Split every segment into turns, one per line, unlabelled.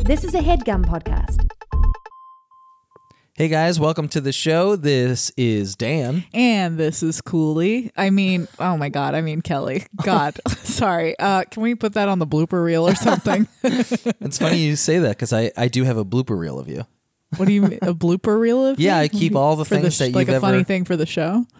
This is a headgum podcast.
Hey guys, welcome to the show. This is Dan.
And this is Cooley. I mean, oh my God. I mean, Kelly. God, sorry. Uh, can we put that on the blooper reel or something?
It's funny you say that because I, I do have a blooper reel of you.
what do you mean? A blooper reel of?
Yeah,
me?
I keep all the
for the
things
sh-
that
like
you've
a
ever.
funny thing for the show. Uh,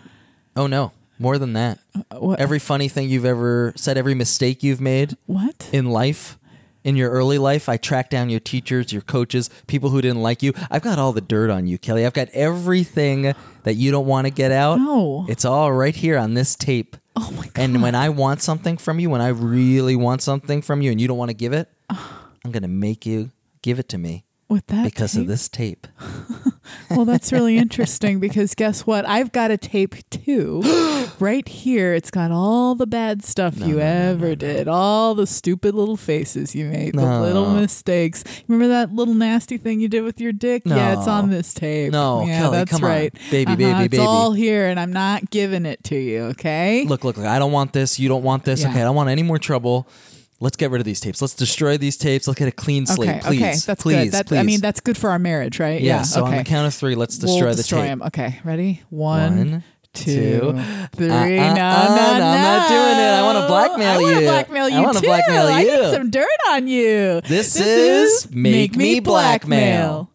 Oh no, more than that.
What?
Every funny thing you've ever said, every mistake you've made
what?
in life, in your early life, I track down your teachers, your coaches, people who didn't like you. I've got all the dirt on you, Kelly. I've got everything that you don't want to get out.
No.
It's all right here on this tape.
Oh my God.
And when I want something from you, when I really want something from you and you don't want to give it, I'm going to make you give it to me
With that
because
tape?
of this tape.
Well, that's really interesting because guess what? I've got a tape too. right here, it's got all the bad stuff you ever did, all the stupid little faces you made, the little
No.
mistakes. Remember that little nasty thing you did with your dick? Yeah, it's
No.
on this tape.
No,
yeah,
Kelly,
that's
come on.
right.
Baby,
Uh-huh,
baby,
It's
baby.
all here, and I'm not giving it to you. Okay.
Look, look, look. I don't want this. You don't want this.
Yeah.
Okay, I don't want any more trouble. Let's get rid of these tapes. Let's destroy these tapes. Let's get a clean slate,
okay.
please.
okay. That's
please,
good. That,
please.
I mean, that's good for our marriage, right?
yeah.
Yeah.
So
okay.
on the count of three, let's destroy
we'll
the
destroy
tape.
him. Okay. Ready?
One,
One, two, three.
two. Uh, uh,
no,
uh,
no,
no, I'm not doing it. I wanna blackmail
I
you.
want to blackmail you
I wanna
too.
blackmail
I need
you.
some dirt on you.
This is Make Me Blackmail.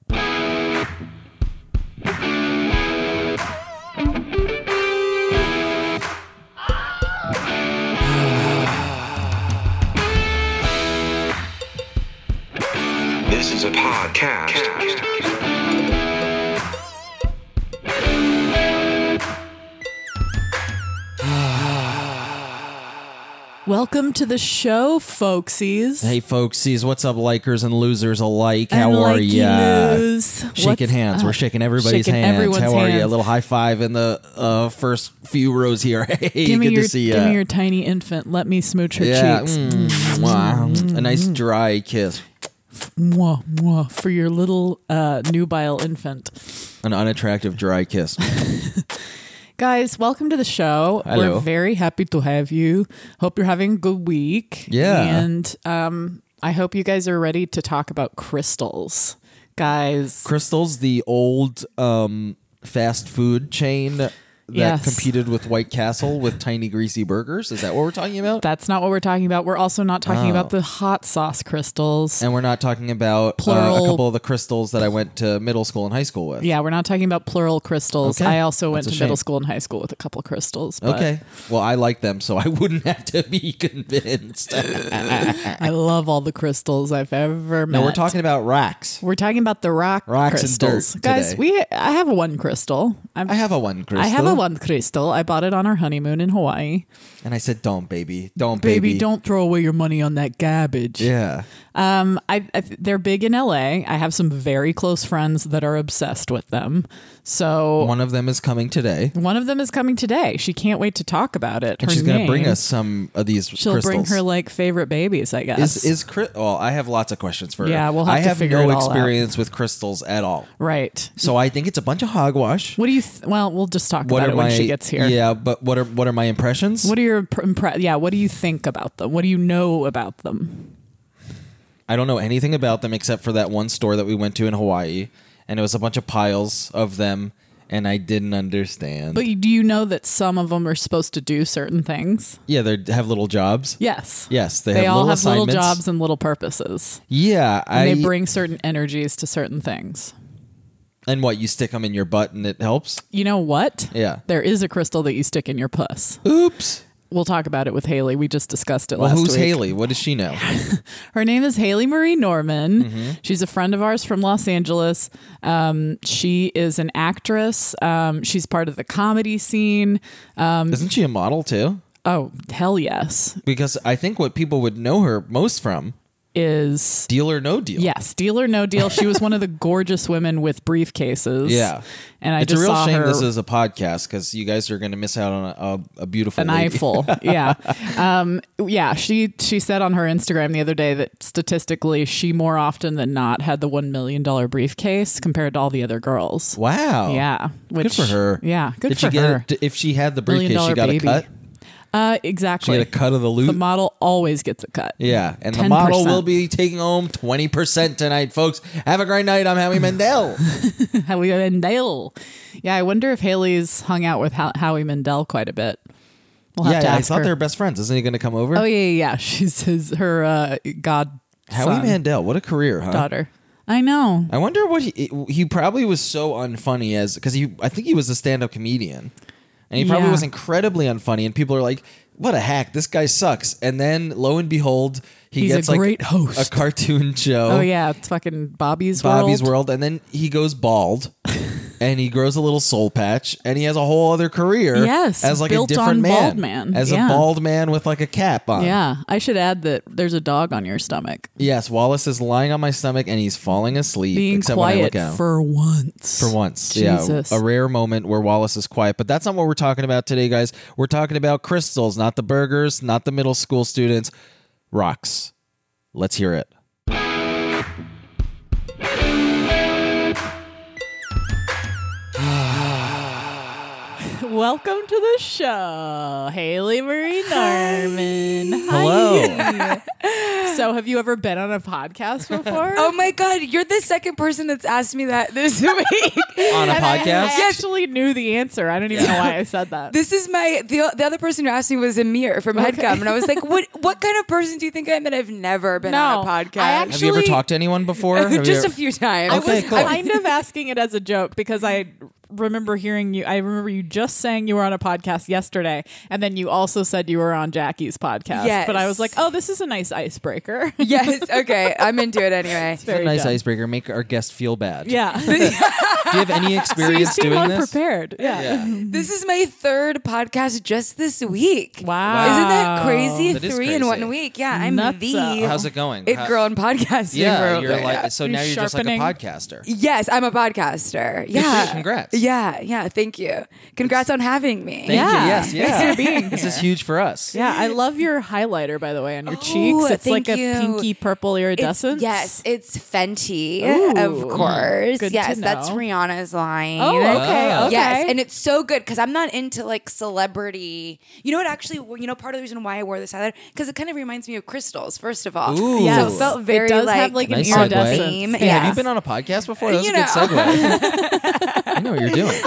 This is a podcast.
Welcome to the show, folksies.
Hey, folksies, what's up, likers and losers alike?
And
How are
likey
ya?
loos.
Shaking
What's
hands. We're
up?
shaking everybody's
Shaking
hands.
everyone's
How are you? A
hands.
little high five in the uh, first few rows here. Hey,
Give me
good
your,
to see you.
give me your tiny infant. Let me smooch her
yeah,
cheeks. Mm-hmm.
mm, wow. a nice dry kiss.
Mwah, mwah, for your little uh, nubile infant.
An unattractive dry kiss.
Guys, welcome to the show.
Hello.
We're very happy to have you. Hope you're having a good week.
Yeah.
And um, I hope you guys are ready to talk about crystals. Guys,
Crystal's the old um, fast food chain that
Yes.
competed with White Castle with tiny greasy burgers. Is that what we're talking about?
that's not what we're talking about. We're also not talking
Oh.
about the hot sauce crystals.
and we're not talking about uh, a
Plural.
couple of the crystals that I went to middle school and high school with.
yeah, we're not talking about plural crystals.
Okay.
I also went to
That's a shame.
middle school and high school with a couple crystals. But
Okay. Well, I like them, so I wouldn't have to be convinced.
I love all the crystals I've ever met.
no, we're talking about racks.
We're talking about the rock
Rocks and dirt
crystals. Guys,
today.
we I have one crystal. I'm,
I have a one crystal.
I have a one crystal. I bought it on our honeymoon in Hawaii.
And I said, don't, baby. Don't,
Baby,
baby.
don't throw away your money on that garbage.
Yeah.
Um, I, I they're big in LA. I have some very close friends that are obsessed with them. So one,
One of them is coming today.
of them is coming today. She can't wait to talk about it.
And
Her
she's going to
name-
bring us some of these
She'll
crystals.
bring her like favorite babies, I guess.
Is is cri- well? I have lots of questions for her.
Yeah, we'll have
I
to
have
figure
no
it all out.
experience with crystals at all,
right.
so I think it's a bunch of hogwash.
What do you? Th- well, we'll just talk about it when she gets here.
Yeah, but what are what are my impressions?
What are your pr- impre- yeah? What do you think about them? What do you know about them?
I don't know anything about them except for that one store that we went to in Hawaii, and it was a bunch of piles of them, and I didn't understand.
But you- do you know that some of them are supposed to do certain things?
yeah, they have little jobs.
Yes.
Yes, they,
They,
have
all
little
have little
assignments.
jobs and little purposes.
Yeah,
And
I
they bring certain energies to certain things.
and what you stick them in your butt and it helps.
You know what?
Yeah.
There is a crystal that you stick in your puss.
Oops.
We'll talk about it with Haley. We just discussed it
Well,
last
who's
week.
Haley? What does she know?
Her name is Haley Marie Norman.
Mm-hmm.
She's a friend of ours from Los Angeles. Um, she is an actress. Um, she's part of the comedy scene. Um,
Isn't she a model too?
Oh, hell yes.
because I think what people would know her most from
Is
Deal or No Deal.
Yes, Deal or No Deal. She was one of the gorgeous women with briefcases.
Yeah.
and I
it's
just
a real
saw
shame
her
this is a podcast because you guys are going to miss out on a, a, a beautiful
an
lady.
eyeful. yeah, um, yeah. She she said on her Instagram the other day that statistically she more often than not had the one million dollar briefcase compared to all the other girls.
Wow.
Yeah, which,
Good for her.
Yeah, good
Did
for
she get
her.
If she had the
Million
briefcase, she
dollar
got
baby.
a cut.
Uh,
She
exactly.
get a cut of the loot.
The model always gets a cut.
yeah, and the model
10%.
will be taking home twenty percent tonight, folks. Have a great night. I'm Howie Mandel.
Howie Mandel. Yeah, I wonder if Haley's hung out with How- Howie Mandel quite a bit. We'll have
yeah,
to
I
ask
thought
her.
they were best friends. Isn't he going to come over?
Oh yeah, yeah. yeah. She's his her uh, god.
Howie Mandel, what a career, huh?
daughter. I know.
I wonder what he he probably was so unfunny as because he I think he was a stand up comedian, and he probably
Yeah.
was incredibly unfunny. And people are like, "What a hack! This guy sucks." And then lo and behold, he
He's a
gets like
great host.
a cartoon show,
Oh yeah, it's fucking Bobby's
Bobby's World,
world.
and then he goes bald. And he grows a little soul patch, and he has a whole other career.
Yes,
as like
built
a different
on
man,
bald man.
as
Yeah.
a bald man with like a cap on.
Yeah, I should add that there's a dog on your stomach.
Yes, Wallace is lying on my stomach, and he's falling asleep.
Being
except when I
quiet
look out.
for once.
for once.
Jesus.
Yeah, a rare moment where Wallace is quiet. But that's not what we're talking about today, guys. We're talking about crystals, not the burgers, not the middle school students. Rocks. Let's hear it.
Welcome to the show, Haley Marie Norman. Hi.
Hello.
So, have you ever been on a podcast before?
Oh my god, you're the second person that's asked me that this week.
On a
And I- I,
podcast?
actually knew the answer. I don't even know why I said that.
this is my the, the other person who asked me was Amir from Headcom, and I was like, what what kind of person do you think I am that I've never been
No,
on a podcast?
I
Have you ever
Actually-
talked to anyone before? Have you
Just a
ever-
few times.
I
Okay,
was
cool.
kind of asking it as a joke because I remember hearing you. I remember you just saying you were on a podcast yesterday, and then you also said you were on Jackie's podcast.
Yes.
But I was like, oh, this is a nice icebreaker.
yes, okay, I'm into it anyway.
It's a
Very
nice
dumb.
icebreaker. Make our guest feel bad.
yeah.
Do you have any
you
experience
seem
doing this?
unprepared. Yeah.
Yeah.
This is my third podcast just this week.
Wow.
Isn't that crazy?
That is
Three in
crazy.
one week. Yeah, I'm
Nutso.
the
How's it going?
it
How-
girl in podcasting.
Yeah,
world.
you're like so
You're
now you're just like a
sharpening-
podcaster.
Yes, I'm a podcaster.
you.
Yeah.
Congrats.
Yeah, yeah. Thank you. Congrats on having me.
Thank
Yeah.
you. Yes,
Thanks
yeah.
for being
This
here.
is huge for us.
Yeah, I love your highlighter by the way on your
Oh,
cheeks. It's like
thank
a
you.
pinky purple
It's-
iridescence.
yes, it's Fenty,
Ooh.
of course.
Good to
yes, that's
know.
Rihanna's line.
Oh, okay.
Oh.
okay.
Yes, and it's so good because I'm not into like celebrity. You know what? Actually, well, you know, part of the reason why I wore this highlighter because it kind of reminds me of crystals. First of all,
Ooh.
so
Yes.
it felt very
it does
like,
have like an
Nice segue.
iridescence.
Same,
Yeah.
Hey, have
yeah.
you been on a podcast before? That was
You
a good segue. I know what you're doing.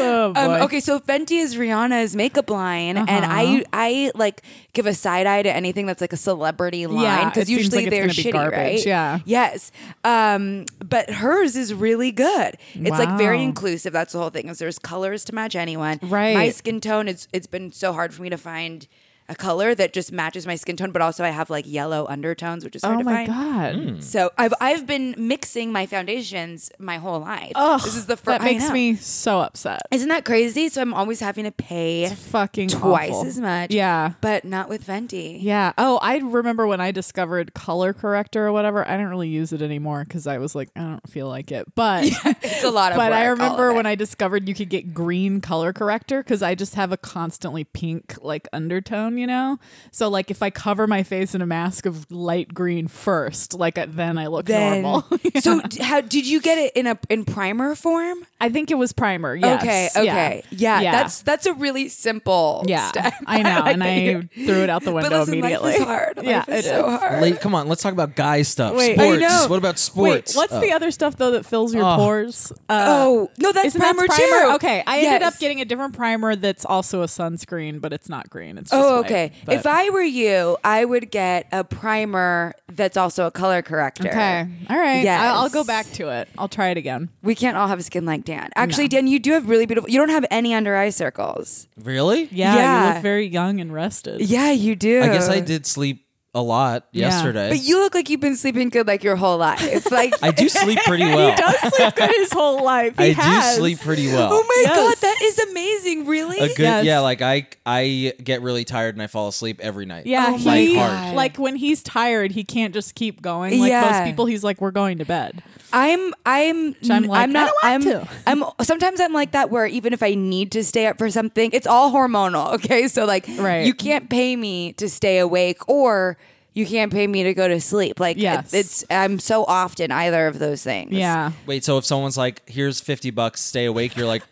Oh,
Um,
boy.
okay, so Fenty is Rihanna's makeup line, and
Uh-huh.
I I like give a side eye to anything that's like a celebrity line
it
because
seems
usually
like it's
they're
gonna be
shitty,
garbage,
right?
yeah.
Yes. Um, but hers is really good. It's like very
Wow.
inclusive. That's the whole thing. Is there's colors to match anyone.
Right.
My skin tone. It's it's been so hard for me to find. A color that just matches my skin tone, but also I have like yellow undertones, which is hard
Oh
to
my
find.
god.
So I've I've been mixing my foundations my whole life.
Ugh,
this is the first.
That makes me so upset.
Isn't that crazy? So I'm always having to pay
Fucking
twice
awful.
as much.
Yeah.
But not with Fenty.
Yeah. Oh, I remember when I discovered color corrector or whatever. I don't really use it anymore because I was like, I don't feel like it. But
It's a lot of
but I
work, all
remember
of
when
it.
I discovered you could get green color corrector because I just have a constantly pink like undertone, you know. So like if I cover my face in a mask of light green first, like I- then I look
then.
normal.
So d- how did you get it in a in primer form?
I think it was primer. Yes.
Okay,
Yeah.
okay. Yeah.
Yeah.
That's that's a really simple
yeah.
step.
I know,
like
and
that
I
you-
threw it out the window
but listen,
immediately.
Life is hard. Life
yeah,
is
it
so
is.
hard.
Late, come on, let's talk about guy stuff.
Wait, I
sports.
know.
What about sports?
Wait, what's
Oh.
the other stuff though that fills your
Oh.
pores? Uh,
Oh no, that's
Isn't
primer,
that primer?
too.
Okay, I ended up
Yes.
getting a different primer that's also a sunscreen, but it's not green. It's just
Oh,
white.
okay.
But-
if I were you, I would get a primer that's also a color corrector.
okay, all right,
Yes.
I- I'll go back to it. I'll try it again.
We can't all have skin like Dan. Actually, Dan, you do have really beautiful. You don't have any under eye circles.
really?
Yeah, you
Yeah.
look very young and rested.
Yeah, you do.
I guess I did sleep a lot
Yeah.
yesterday.
But you look like you've been sleeping good like your whole life. Like, oh
I do sleep pretty well.
Does sleep good his whole life. He
I
has.
do sleep pretty well.
oh my
Yes.
god, that is amazing. Really?
a good
Yes.
yeah, like I I get really tired and I fall asleep every night.
Yeah,
Oh my
he
God.
like when he's tired, he can't just keep going. Like
Yeah.
most people, he's like, "We're going to bed."
I'm I'm
I'm like,
I'm not
I don't
am
want
I'm sometimes I'm like that where even if I need to stay up for something, it's all hormonal, okay? So like
Right.
you can't pay me to stay awake or you can't pay me to go to sleep. Like
Yes.
it- it's I'm so often either of those things.
Yeah.
Wait, so if someone's like, "Here's fifty bucks, stay awake," you're like,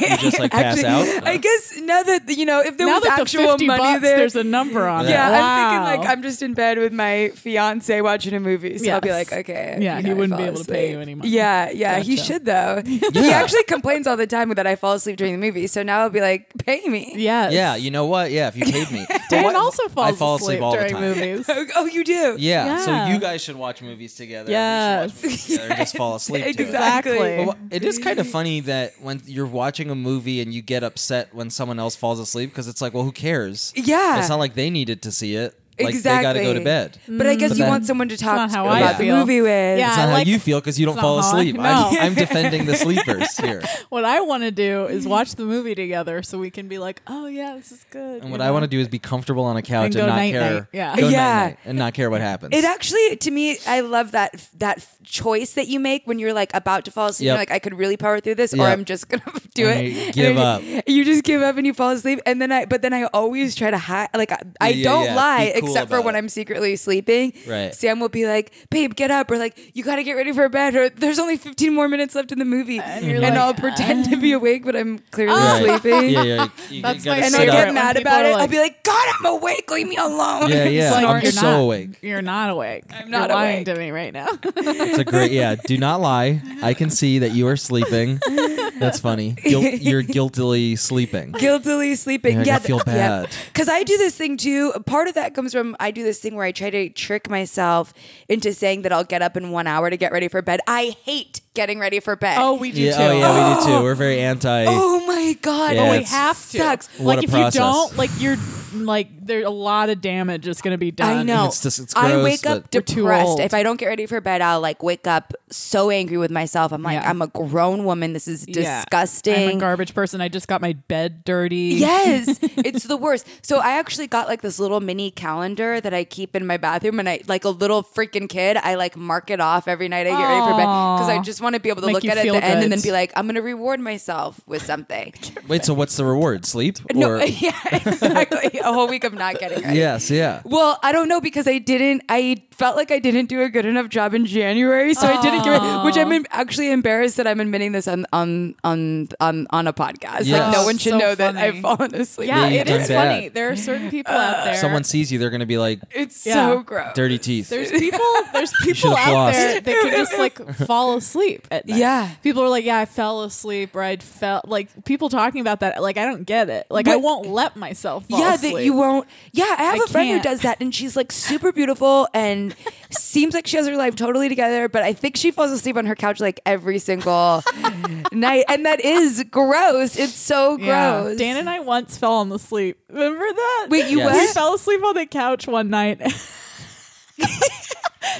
you just like pass out.
I guess now that you know, if there
now
was
that the
actual
50
money
bucks,
there,
there's a number on it.
yeah, I'm
Wow.
thinking like I'm just in bed with my fiance watching a movie, so I'll be
Yes.
like, okay,
Yeah,
you
he
know, I
wouldn't
fell
be able to pay you
asleep.
any money.
Yeah, yeah, he
Gotcha.
should though. He actually complains all the time that I fall asleep during the movie, so now I'll be like, pay me.
Yes.
Yeah, you know what? Yeah, if you paid me,
Dan
What-
also
I
falls
fall
asleep,
asleep, all
during
the time.
movies.
Oh, oh, you
Yeah,
do.
Yeah.
so you guys should watch movies together. Yeah,
Yes.
just fall asleep. To it.
exactly.
Exactly.
But wha- it is kind of funny that when you're watching a movie and you get upset when someone else falls asleep because it's like, well, who cares?
Yeah.
It's not like they needed to see it. Like,
exactly.
They got to go to bed.
But I guess
But
you
that-
want someone to talk
not how I
about the
feel.
movie with.
Yeah.
It's
Mm, I
not
like-
how you feel because you don't
It's
fall
not how I-
asleep.
No.
I'm, I'm defending the sleepers here.
What I want to do is watch the movie together so we can be like, oh, yeah, this is good.
And what I want to do is be comfortable on a
And
couch and,
go
not
night-night.
care.
Yeah.
Go
Yeah.
night-night and not care what happens.
It actually, to me, I love that that choice that you make when you're like about to fall asleep.
Yep.
You're like, I could really power through this, or
Yep.
I'm just gonna do
And
it.
you
And
give
I-
up.
You just give up and you fall asleep. And then I, but then I always try to hide. Like I, I
Yeah, yeah,
don't
yeah.
lie
Be cool
except for
about
when
it.
I'm secretly sleeping.
Right.
Sam will be like, "Babe, get up," or like, "You got to get ready for bed," or "There's only 15 more minutes left in the movie," and,
you're like, "Ah."
I'll pretend to be awake, but I'm clearly
Right.
sleeping.
Yeah, yeah. You, you
That's
gotta
my
And
sit
I'll
up.
favorite
get
when
mad
people
about
are
it. I'll
like-
be like, "God, I'm awake. Leave me alone."
Yeah, yeah.
It's like,
I'm
you're
so
not,
awake.
You're not awake.
I'm not
You're lying
awake.
to me right now.
It's a great, yeah. Do not lie. I can see that you are sleeping. That's funny. Guil- you're guiltily sleeping.
guiltily sleeping.
Yeah, I
Yeah,
feel bad.
Because I do this thing too. Part of that comes from I do this thing where I try to trick myself into saying that I'll get up in one hour to get ready for bed. I hate getting ready for bed.
oh, we do
Yeah,
too.
oh yeah, we do too. We're very anti.
Oh my god!
Yeah,
oh,
we
it
it's-
have to.
sucks.
What
like
a
if
process.
you don't, like you're like there a lot of damage is going to be done.
I know.
It's just- it's
I
gross,
wake up
but- We're
too old.
depressed. If I don't get ready for bed, I'll like wake up so angry with myself. I'm like,
Yeah.
I'm a grown woman. This is
Yeah. I'm a
disgusting.
garbage person. I just got my bed dirty.
Yes, it's the worst. So I actually got like this little mini calendar that I keep in my bathroom, and I like a little freaking kid. I like mark it off every night I get ready for bed because I just want to be able to
Make
look
you
at it at the
feel
end
good.
and then be like, I'm gonna reward myself with something.
Wait, so what's the reward? Sleep?
no,
Or-
yeah, exactly. a whole week of not getting ready.
yes, yeah.
Well, I don't know because I didn't. I felt like I didn't do a good enough job in January, so I didn't get it. Which I'm em- actually embarrassed that I'm admitting this on on on on, on a podcast.
Yes.
Like no one should
So
know that
funny.
I've fallen asleep.
Yeah,
Yeah,
it
you've
is
done
funny.
bad.
There are certain people
Uh,
out there.
If someone sees you, they're gonna be like
It's
Yeah.
so gross.
dirty teeth.
there's people. There's people
should've
out there
flossed.
that can just like fall asleep at night.
Yeah.
people are like, yeah, I fell asleep or I fell like people talking about that. Like I don't get it. Like I
But-
won't let myself. Fall
yeah,
asleep.
that you won't. Yeah, I have
I
a friend
can't.
who does that, and she's like super beautiful and seems like she has her life totally together. But I think she falls asleep on her couch like every single night, and that is gross. It's so
Yeah.
gross.
Dan and I once fell on the sleep. Remember that?
Wait, you
Yes.
we
what?
fell asleep on the couch one night.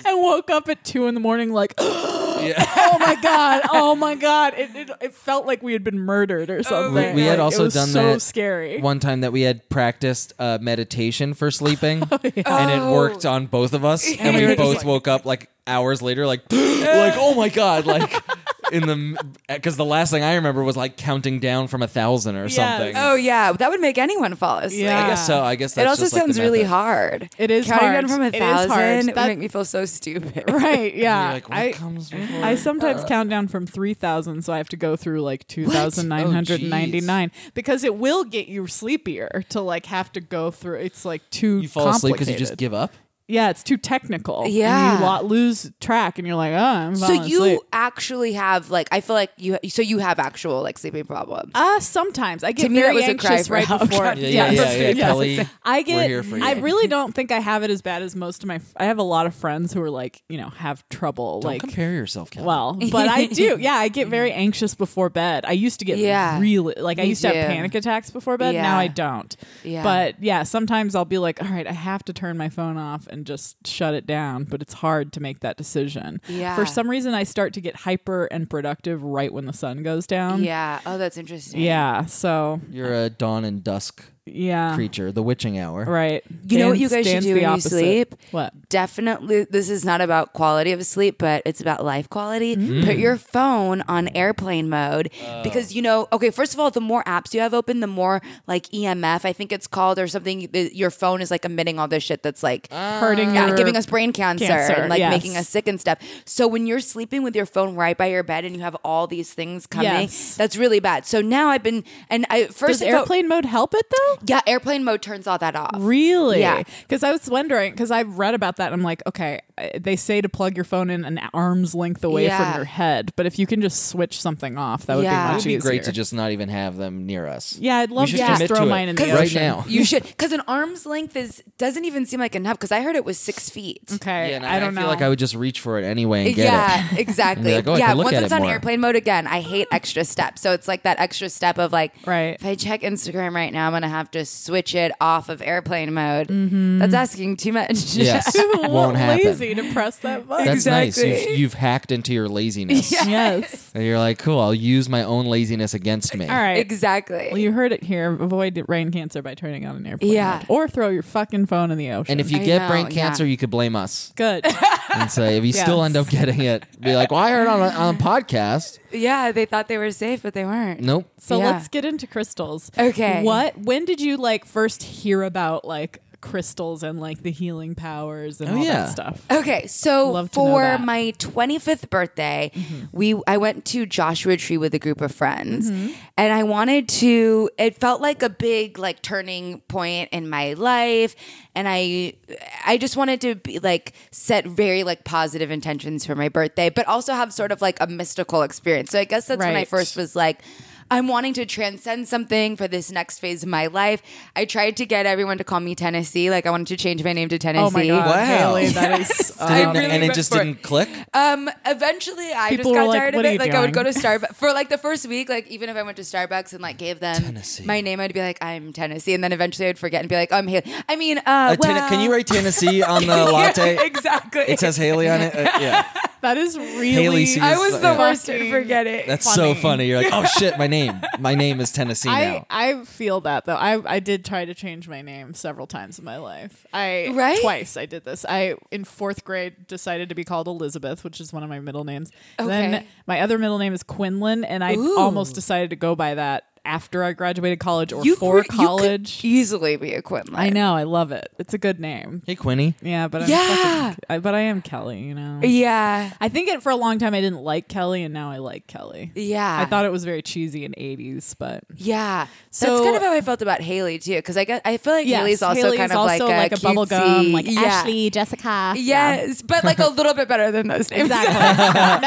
And woke up at two in the morning, like,
Yeah.
oh my god, oh my god! It, it, it felt like we had been murdered or something.
Oh, We, we
Like,
had
it
also
was
done
so
that
scary.
one time that we had practiced uh, meditation for sleeping, and it worked on both of us, and we
Oh, Yeah.
both woke up like hours later, like like oh my god, like in the because the last thing I remember was like counting down from a thousand or something.
Oh yeah, that would make anyone fall asleep.
Yeah.
I guess so. I guess that's
it also
just, like, the
sounds really
method.
hard.
It is
counting
hard.
down from a
It is hard.
thousand. It would
That-
make me feel so stupid.
right?
You're
Yeah,
like, what
I
comes before?
I sometimes count down from three thousand, so I have to go through like
Oh,
two thousand nine hundred ninety nine because it will get you sleepier to like have to go through. It's like too
you fall asleep because you just
complicated.
give up.
Yeah, it's too technical. And
Yeah.
you lo- lose track, and you're like, oh, I'm
So
falling
you
asleep.
actually have like I feel like you. So you have actual like sleeping problems.
Uh, sometimes I get
me,
very
that was a
anxious
cry for
right
help.
before.
Yeah,
yeah, yeah, yeah,
yes.
Kelly,
I
we're
get.
here for
I
you.
really don't think I have it as bad as most of my. I have a lot of friends who are like, you know, have trouble
Don't
like.
compare yourself, Kelly.
Well, but I do. Yeah, I get very anxious before bed. I used to get
Yeah.
really like I
Me
used to have
too.
panic attacks before bed.
Yeah.
Now I don't.
Yeah.
But yeah, sometimes I'll be like, all right, I have to turn my phone off and just shut it down. But it's hard to make that decision.
Yeah.
For some reason, I start to get hyper and productive right when the sun goes down.
yeah. Oh, that's interesting.
Yeah. So
you're a dawn and dusk
yeah.
creature, the witching hour.
Uh-huh. Right.
You know what you guys should
Dan's
do
the
when you
opposite.
sleep?
What?
Definitely, this is not about quality of sleep, but it's about life quality.
Mm.
Put your phone on airplane mode because you know. Okay, first of all, the more apps you have open, the more like EMF, I think it's called, or something. that Your phone is like emitting all this shit that's like
Hurting
Uh, yeah,
your
giving us brain cancer,
cancer,
and like
yes.
making us sick and stuff. So when you're sleeping with your phone right by your bed and you have all these things coming,
Yes.
that's really bad. So now I've been and I first
Does
it felt-
airplane mode help it though?
yeah, airplane mode turns all that off.
Really?
Yeah.
Because I was wondering, because I've read about that. And I'm like, okay, I- they say to plug your phone in an arm's length away
Yeah.
from your head, but if you can just switch something off, that would
Yeah.
be
It
much
would
It'd be
easier.
great to just not even have them near us.
yeah, I'd love to
should
just
commit
throw
to it.
mine in the
'Cause-
Right
ocean.
now.
You should, because an arm's length is doesn't even seem like enough. Because I heard it was six feet. Uh,
Okay,
Yeah, and
I, don't
feel
know.
like I would just reach for it anyway and get it.
yeah, exactly.
And be like, oh, I
yeah,
can look
once
at
it's
it
on
more.
airplane mode again, I hate extra steps. So it's like that extra step of like,
Right.
If I check Instagram right now, I'm gonna have to switch it off of airplane mode.
Mm-hmm.
That's asking too much.
Yes,
I'm a
won't
little
happen.
lazy to press that button.
That's nice.
Exactly.
You've, you've hacked into your laziness,
yes.
and you're like, "Cool, I'll use my own laziness against me."
All right.
exactly.
Well, you heard it here. Avoid brain cancer by turning on an airplane.
Yeah.
mode. Or throw your fucking phone in the ocean.
And if you
I
get
know,
brain
yeah.
cancer, you could blame us
good.
and say, "If you still
Yes.
end up getting it, be like, well, I heard on a, on a podcast."
yeah, they thought they were safe, but they weren't.
Nope.
So
Yeah.
let's get into crystals.
Okay.
What? When did you like first hear about like crystals and like the healing powers and
Oh,
all
yeah.
that stuff?
Okay, so
Love to know
for
that. Mm-hmm.
my 25th birthday, we I went to Joshua Tree with a group of friends.
Mm-hmm.
And I wanted to it felt like a big like turning point in my life and I I just wanted to be like set very like positive intentions for my birthday, but also have sort of like a mystical experience. So I guess that's when I
Right.
first was like I'm wanting to transcend something for this next phase of my life. I tried to get everyone to call me Tennessee. Like I wanted to change my name to Tennessee.
Oh my god,
Wow.
Haley, that is.
Didn't-
um,
really
and it
went
just
for it.
didn't click.
Um, eventually, I
People
just got
were like,
tired of
"What are
it.
you
Like, I would go
doing?"
to Starbucks for like the first week. Like, even if I went to Starbucks and like gave them
Tennessee.
my name, I'd be like, "I'm Tennessee," and then eventually I'd forget and be like, "Oh, "I'm Haley." I mean, uh,
Uh, Ten-
well-
can you write Tennessee on the latte?
Yeah, exactly.
It says Haley on it. Uh, yeah,
that is really.
Haley sees-
I was the
Yeah.
worst at
Fucking-
forgetting.
that's so
Funny.
funny. You're like, "Oh shit, my name. My name is Tennessee
I,
now."
I feel that though. I, I did try to change my name several times in my life. I
Right?
twice I did this. I in fourth grade decided to be called Elizabeth, which is one of my middle names. Then
Okay.
my other middle name is Quinlan, and I
Ooh.
almost decided to go by that after I graduated college or
You
for
cre- you could
college.
easily be a Quinlan.
I know, I love it. It's a good name.
Hey, Quinny.
Yeah, but I'm
Yeah.
fucking- I, but I am Kelly. You know,
Yeah,
I think it for a long time I didn't like Kelly, and now I like Kelly.
yeah.
I thought it was very cheesy in '80s, but
Yeah, that's
So-
kind of how I felt about Haley too, because I guess I feel like
Yes,
Haley's also
Haley's
kind of
also like
like,
a
bubble
bubblegum, like
yeah.
Ashley, Jessica.
Yes, but like a little bit better than those names.
Exactly.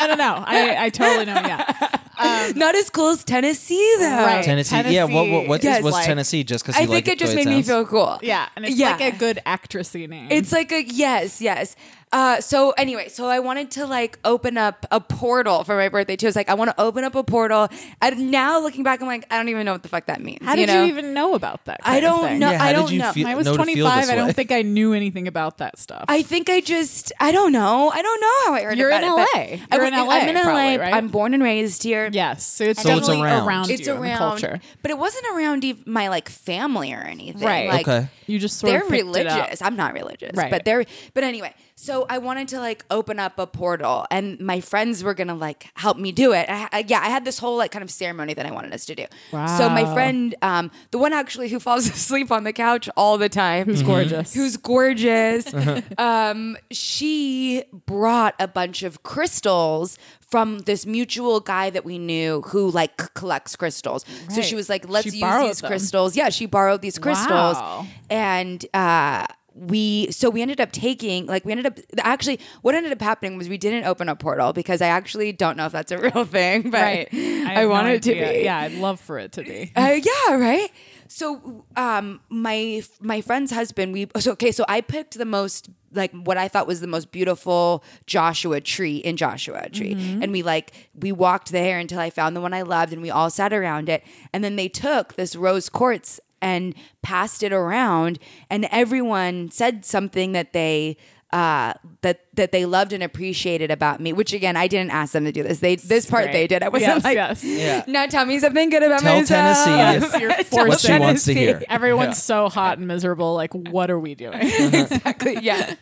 no, no, no. I, I totally know. Yeah.
Not as cool as Tennessee though.
Um, Right.
Tennessee. Yeah. What, what, what
Yes.
was
Like-
Tennessee? Just because
I think it just made me feel cool.
Yeah. And it's
Yeah.
like a good actressy name.
It's like a yes, yes. Uh, so anyway, so I wanted to like open up a portal for my birthday too. It's like I want to open up a portal. And now looking back, I'm like, I don't even know what the fuck that means.
How did you,
know?
even know about that?
I
kind of
don't
thing?
know.
Yeah, how
I
did
don't
you
know.
feel-
I was
know to feel this
25. I
way.
don't think I knew anything about that stuff.
I think I just I don't know. I don't know how I heard
You're
about
in
it, but
LA.
I
You're in
went-
LA
I'm in LA.
probably, right?
I'm born and raised here.
yes. So it's
So it's
definitely
around.
around.
It's
you in the
around,
culture.
but it wasn't around ev- my like family or anything.
Right.
Like,
Okay.
You just sort
they're
of picked it up.
religious. I'm not religious,
Right.
but they're. But anyway, so I wanted to like open up a portal, and my friends were gonna like help me do it. I, I, yeah, I had this whole like kind of ceremony that I wanted us to do. So my
Wow.
friend, um, the one actually who falls asleep on the couch all the time,
Who's gorgeous.
who's gorgeous.
Uh-huh.
um, she brought a bunch of crystals from this mutual guy that we knew who like c- collects crystals. So
Right.
she was like, "Let's
She
use
borrowed
these
them.
crystals." Yeah, she borrowed these crystals,
Wow.
and uh, we so we ended up taking like we ended up actually what ended up happening was we didn't open a portal because I actually don't know if that's a real thing, but
right.
I,
have no
want it to
idea.
be.
Yeah. I'd love for it to be.
Uh, yeah, right. So, um, my my friend's husband, we so okay. So I picked the most like what I thought was the most beautiful Joshua tree in Joshua tree,
Mm-hmm.
and we like we walked there until I found the one I loved, and we all sat around it, and then they took this rose quartz and passed it around, and everyone said something that they. uh, that that they loved and appreciated about me. Which again, I didn't ask them to do this. They this part
Great.
they did. I
Yes,
wasn't like,
yes.
Yeah.
now tell me something good about
Tell
myself.
Tennessee
Yes, you're
Tell
what she
Tennessee.
wants to hear.
Everyone's so hot and miserable. Like, what are we doing?
exactly. Yeah.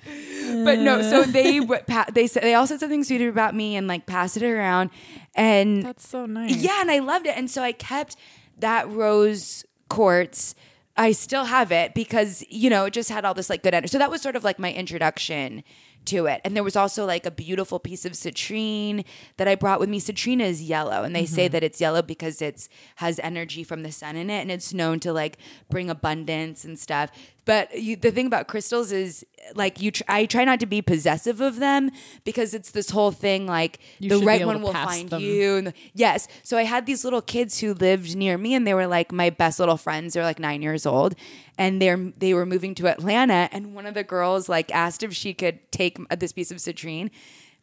But no, so they w- pa- they said they all said something sweet about me and like passed it around, and
That's so nice.
yeah, and I loved it, and so I kept that rose quartz. I still have it because you know it just had all this like good energy. So that was sort of like my introduction to it, and there was also like a beautiful piece of citrine that I brought with me. Citrine is yellow, and they say
Mm-hmm.
that it's yellow because it's has energy from the sun in it, and it's known to like bring abundance and stuff. But you, the thing about crystals is like you, tr- I try not to be possessive of them because it's this whole thing like
You
the
should be
right
able
one
to
will
pass
find
them.
you you. And yes. So I had these little kids who lived near me and they were like my best little friends. They're like nine years old and they're, they were moving to Atlanta. And one of the girls like asked if she could take this piece of citrine,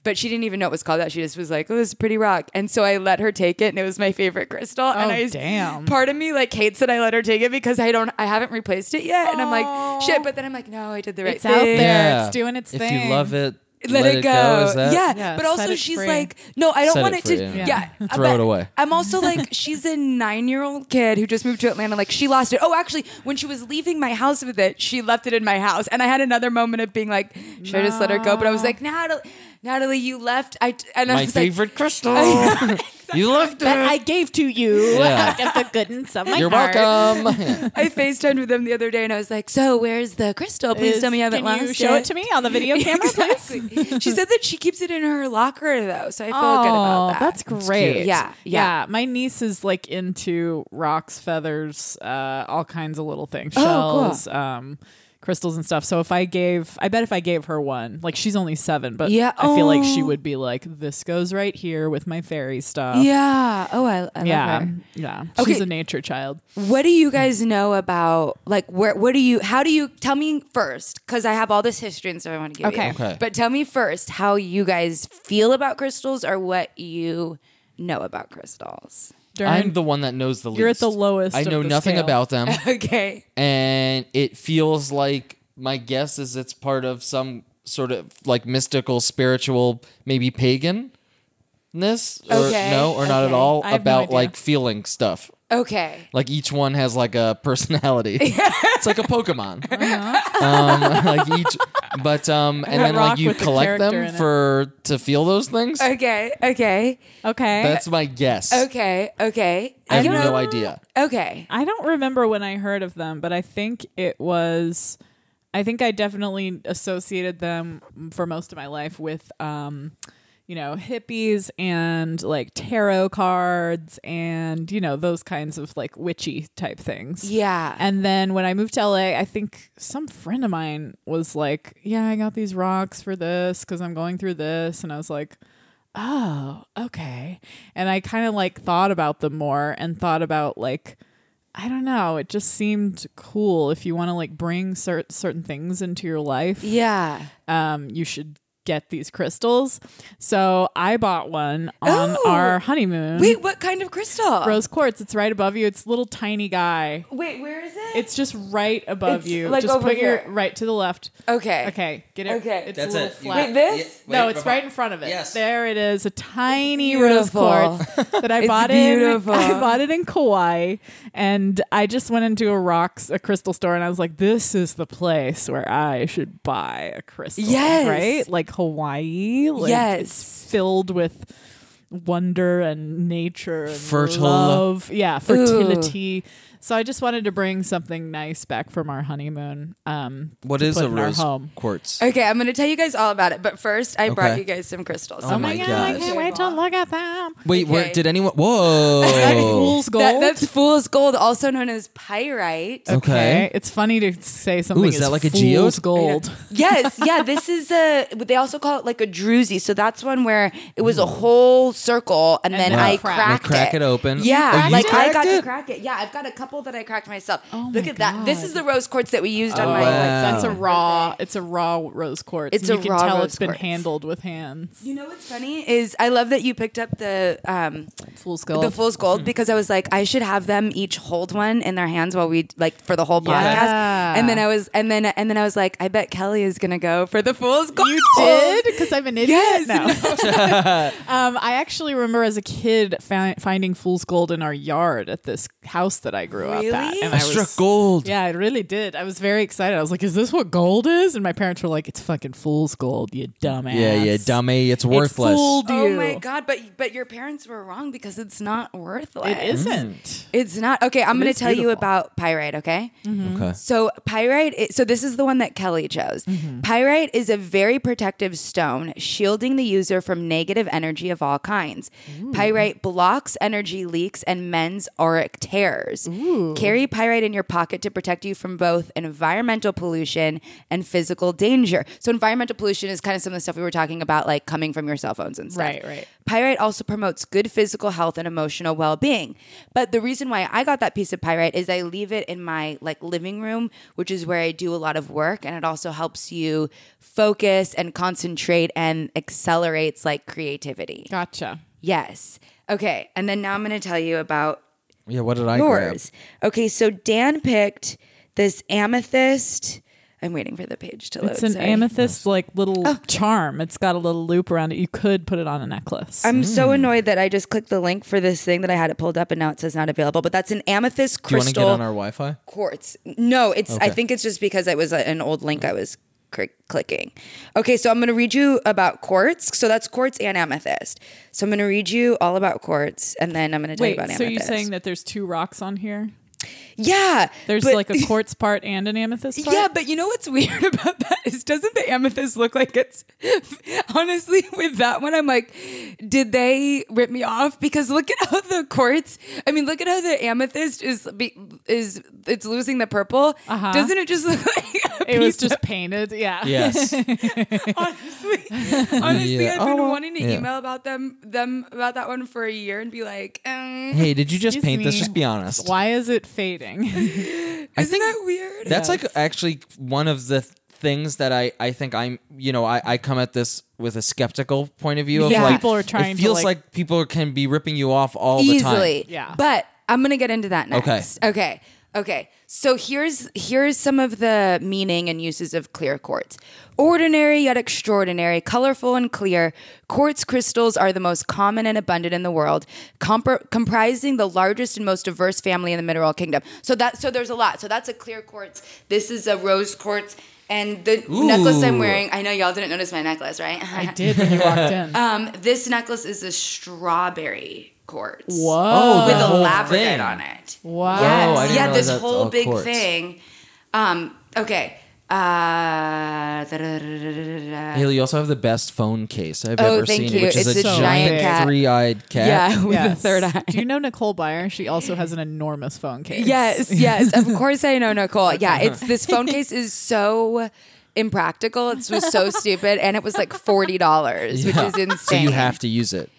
but she didn't even know it was called that. She just was like, Oh, this is a pretty rock. And so I let her take it and it was my favorite crystal. and
Oh,
I,
damn.
part of me like hates that I let her take it because I don't, I haven't replaced it yet. And I'm like, shit. But then I'm like, no, I did the right
It's
thing.
out there. It's doing its
if
thing.
you love it,
Let, it go.
is that-
yeah.
Yeah,
But
set
also
it
she's
free.
like, no, I don't
Set
want
it
it, to
free, yeah.
yeah.
Yeah. Throw
but
it away.
I'm also like, she's a nine year old kid who just moved to Atlanta. Like she lost it. Oh, actually, when she was leaving my house with it, she left it in my house. And I had another moment of being like, should I just let her go? But I was like, Natalie, Natalie, you left. I and I
My
was
favorite crystal. You loved it.
gave to you
Yeah.
just the goodness of my
You're welcome. Yeah.
like, I FaceTimed with them the other day and I was like, so where's the crystal? Please tell me you haven't lost
show it to me on the video camera,
Exactly. she said that she keeps it in her locker though, so I feel good about that.
Oh, That's great.
cute. Yeah, yeah.
My niece is like into rocks, feathers, uh, all kinds of little things,
Oh,
shells, um, crystals and stuff. So if I gave, I bet if I gave her one, like she's only seven, but
Yeah.
I feel like she
Oh.
would be like, this goes right here with my fairy stuff.
Yeah. Oh, I, I love
Yeah.
her.
Yeah.
Okay.
She's a nature child.
What do you guys know about like where? What do you? How do you? Tell me first, because I have all this history and stuff I want to give
Okay.
you.
Okay.
But tell me first how you guys feel about crystals or what you know about crystals.
I'm the one that knows the least.
You're at the lowest
I
of
know
the
nothing
scale.
about them,
Okay.
and it feels like my guess is it's part of some sort of like mystical, spiritual, maybe paganness, or
Okay,
no, or not at
okay.
all
I have no
about
idea.
like feeling stuff.
Okay.
Like each one has like a personality. it's like a Pokemon.
Uh-huh.
Um, like each, but um, and
A
then like
rock
you
with a
collect
character in
them
it.
for to feel those things.
Okay. Okay.
Okay.
That's my guess.
Okay. Okay.
I have
don't
no
know.
idea.
Okay.
I don't remember when I heard of them, but I think it was. I think I definitely associated them for most of my life with, um, you know, hippies and like tarot cards and, you know, those kinds of like witchy type things.
Yeah.
And then when I moved to LA, I think some friend of mine was like, Yeah, I got these rocks for this because I'm going through this. And I was like, Oh, okay. And I kind of like thought about them more and thought about like, I don't know. It just seemed cool. If you want to like bring cer- certain things into your life,
Yeah.
um, you should get these crystals. So I bought one on
Oh.
our honeymoon.
Wait. What kind of crystal?
Rose quartz. It's right above you. It's a little tiny guy.
Wait. Where is it?
It's just right above
It's,
you.
like,
just
over
put
here.
your right to the left.
okay.
Okay, get it.
Okay.
it's
That's
a little
it. You-
flat.
Wait, this?
no, it's right in front of it.
Yes.
There it is, a tiny rose
Beautiful.
quartz that I
It's
bought
beautiful.
in. I bought it in Kauai, and I just went into a rocks, a crystal store, and I was like, "This is the place where I should buy a crystal."
Yes.
right, like Hawaii. Like,
Yes.
it's filled with wonder and nature and
Fertile.
love. Yeah, fertility. So I just wanted to bring something nice back from our honeymoon. Um,
What
to
is
put
a
in our
rose
home.
quartz?
Okay, I'm gonna tell you guys all about it, but first I brought
Okay.
you guys some crystals.
Oh my
I
gosh.
can't wait to look at them.
Wait,
Okay.
where did anyone? Whoa!
Fool's gold.
That- that's fool's gold, also known as pyrite.
okay.
Okay.
It's funny to say something.
Ooh, is that like a
fool's
geode?
gold?
yes, yeah. This is a. They also call it like a druzy. So that's one where it was a whole circle, and, then
then
I
crack.
cracked
Crack it open.
Yeah,
Oh, you
like I
cracked
got to
it? Oh
crack it. Yeah, I've got a couple apple that I cracked myself. Look at that. This is the rose quartz that we used on my.
Like,
Like,
that's a raw. It's a raw rose quartz.
It's
and you
a
can
raw
tell
rose
it's been
quartz.
handled with hands.
you know what's funny is I love that you picked up the um,
Fool's gold.
The fool's gold because I was like, I should have them each hold one in their hands while we like for the whole
Yeah.
podcast. And then I was, and then and then I was like, I bet Kelly is gonna go for the fool's gold.
You did because I'm an idiot.
Yes.
No. um, I actually remember as a kid fi- finding fool's gold in our yard at this house that I grew up at.
Really?
And
I
was-
struck gold.
Yeah, I really did. I was very excited. I was like, "Is this what gold is?" And my parents were like, "It's fucking fool's gold, you dumbass."
Yeah, yeah, dummy. It's
It
worthless.
fooled
Oh
you.
my god! But but your parents were wrong because it's not worthless.
It
Mm.
isn't.
It's not okay. I'm going
is
to tell
beautiful.
you about pyrite. Okay.
Okay.
So pyrite. i- so this is the one that Kelly chose.
Mm-hmm.
Pyrite is a very protective stone, shielding the user from negative energy of all kinds. Pyrite blocks energy leaks and mends auric tears. Carry pyrite in your pocket to protect you from both environmental pollution and physical danger. So environmental pollution is kind of some of the stuff we were talking about, like coming from your cell phones and stuff.
Right, right.
Pyrite also promotes good physical health and emotional well-being. But the reason why I got that piece of pyrite is I leave it in my like living room, which is where I do a lot of work and it also helps you focus and concentrate and accelerates like creativity.
Gotcha.
Yes. Okay, and then now I'm going to tell you about
Yeah, what did I
yours. Okay, so Dan picked this amethyst. I'm waiting for the page to load.
It's an
sorry.
amethyst like little
Oh.
charm. It's got a little loop around it. You could put it on a necklace.
I'm
Mm.
so annoyed that I just clicked the link for this thing that I had it pulled up and now it says not available. But that's an amethyst
grab? Do you want to
crystal
get on our Wi-Fi?
quartz. No, it's. I
Okay.
think it's just because it was a- an old link I was cri- clicking. Okay, so I'm going to read you about quartz. So that's quartz and amethyst. So I'm going to read you all about quartz, and then I'm going to tell
Wait,
you about
so
amethyst.
you're saying that there's two rocks on here?
yeah,
There's
but-
like a quartz part and an amethyst part?
Yeah, but you know what's weird about that is doesn't the amethyst look like it's honestly with that one I'm like did they rip me off because look at how the quartz I mean look at how the amethyst is be- is it's losing the purple
Uh-huh.
doesn't it just look like a
It was
piece
just painted. Yeah.
Yes.
honestly honestly
Yeah.
I've been
Oh, well,
wanting to
yeah.
email about them them about that one for a year and be like um,
hey, did you just
Excuse
paint this?
me.
Just be honest.
Why is it fading?
I
isn't
think
that weird
That's like actually one of the th- things that I, I think I'm you know I, I come at this with a skeptical point of view of
Yeah.
like
People are trying
it
to,
feels
like-
like, people can be ripping you off all
easily.
the time
Yeah.
But I'm gonna get into that
Okay.
next. Okay. Okay. So here's here's some of the meaning and uses of clear quartz. Ordinary yet extraordinary, colorful and clear, quartz crystals are the most common and abundant in the world, compr- comprising the largest and most diverse family in the mineral kingdom. So that so there's a lot. So that's a clear quartz. This is a rose quartz, and the necklace I'm
Ooh.
wearing. I know y'all didn't notice my necklace, right?
I did when you walked in.
Um, this necklace is a strawberry quartz.
Whoa.
Oh. With
Oh, the
a
whole
labradorite
thing. Oh,
on it.
Wow.
Yes.
I didn't
yeah,
realize
this
that's
whole
all
big
quartz.
thing. Um, okay. Uh, da-da-da-da-da-da.
Haley, you also have the best phone case I've
Oh,
ever
thank
seen,
you.
which is
It's
a
a so
giant
big. cat.
three-eyed cat.
yeah, Oh, with
Yes.
the third eye.
Do you know Nicole Byer? She also has an enormous phone case.
Yes, yes, of course I know Nicole. Yeah, it's this phone case is so impractical. It was so stupid, and it was like forty dollars,
Yeah.
which is insane.
So you have to use it.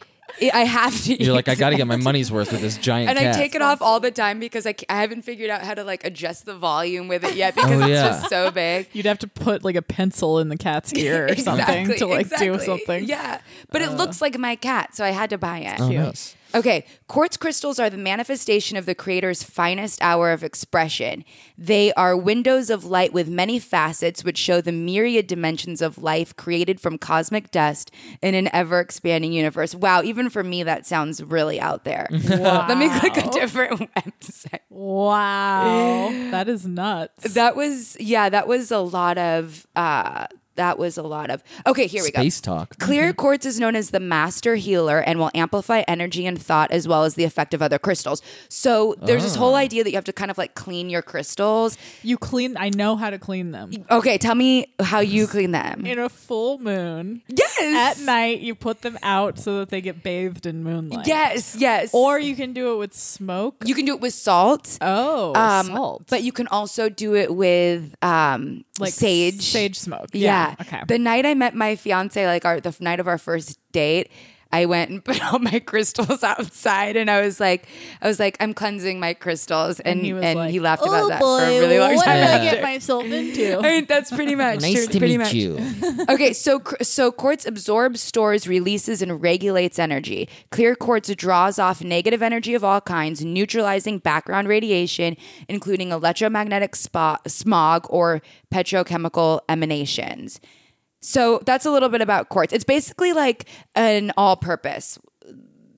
I have to.
You're like, I
use
got to get my money's worth with this giant
and
cat.
I take it off all the time because I, c- I haven't figured out how to like adjust the volume with it yet because
Oh, yeah.
it's just so big.
You'd have to put like a pencil in the cat's ear or something to like do
exactly.
something.
Yeah, but it looks like my cat, so I had to buy it.
Oh,
Uh-huh.
nice.
Okay, quartz crystals are the manifestation of the creator's finest hour of expression. They are windows of light with many facets which show the myriad dimensions of life created from cosmic dust in an ever expanding universe. Wow, even for me, that sounds really out there. Let me click a different website.
Wow. that is nuts.
That was, yeah, that was a lot of, uh, that was a lot of, okay, here we go.
Space talk.
Mm-hmm.
Clear quartz is known as the master healer and will amplify energy and thought as well as the effect of other crystals. So there's this
Ah.
whole idea that you have to kind of like clean your crystals.
You clean I know how to clean them.
Okay, tell me how you clean them.
In a full moon.
Yes.
At night you put them out so that they get bathed in moonlight.
Yes, yes.
Or you can do it with smoke.
you can do it with salt.
oh,
um,
salt.
But you can also do it with um, like sage.
Sage smoke.
Yeah.
Okay.
The night I met my fiance, like our the night of our first date, I went and put all my crystals outside, and I was like, I was like, I'm cleansing my crystals, and and
he
he,
was like, "Oh,
laughed about that for a really long
what
time.
did I
after.
get myself into?
I mean, that's pretty much
Nice to
pretty
meet
much.
you.
okay, so cr- so quartz absorbs, stores, releases, and regulates energy. Clear quartz draws off negative energy of all kinds, neutralizing background radiation, including electromagnetic spa- smog or petrochemical emanations. So that's a little bit about quartz. It's basically like an all-purpose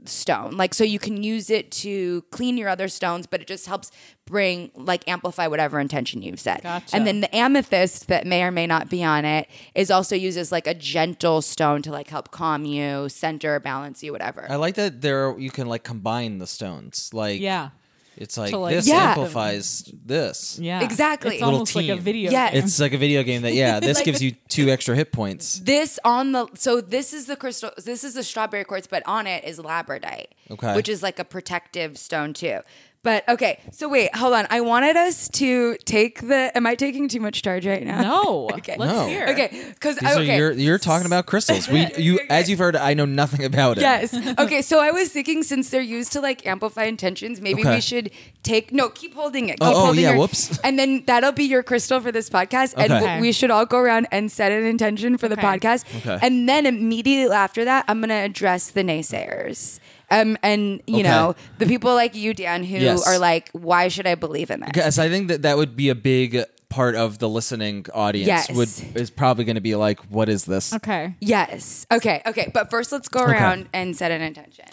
stone. Like so you can use it to clean your other stones, but it just helps bring like amplify whatever intention you've set.
Gotcha.
And then the amethyst that may or may not be on it is also used as like a gentle stone to like help calm you, center, balance you, whatever.
I like that there you can like combine the stones. Like
Yeah.
it's like,
To, like,
this
Yeah.
amplifies this.
Yeah.
Exactly.
It's
Little
almost like a
team.
video.
Yeah.
game.
It's like a video game that yeah, this gives you two extra hit points.
This on the so this is the crystal this is the strawberry quartz, but on it is labradite,
Okay.
which is like a protective stone too. But okay, so wait, hold on. I wanted us to take the. Am I taking too much charge right now?
No.
Okay.
Let's
No.
hear.
Okay, because
These
okay,
are you're you're talking about crystals. We you as you've heard, I know nothing about it.
Yes. Okay. So I was thinking, since they're used to like amplify intentions, maybe
Okay.
we should take no. Keep holding it. Keep
Oh, oh,
holding
yeah,
your-
whoops.
And then that'll be your crystal for this podcast, and
Okay.
w-
Okay.
we should all go around and set an intention for the
Okay.
podcast.
Okay.
And then immediately after that, I'm gonna address the naysayers. Um, and you
Okay.
know the people like you, Dan, who
Yes.
are like, why should I believe in this?
Yes, I think that that would be a big part of the listening audience.
Yes.
Would is probably going to be like, what is this?
Okay.
Yes. Okay. Okay. But first, let's go around and set an intention.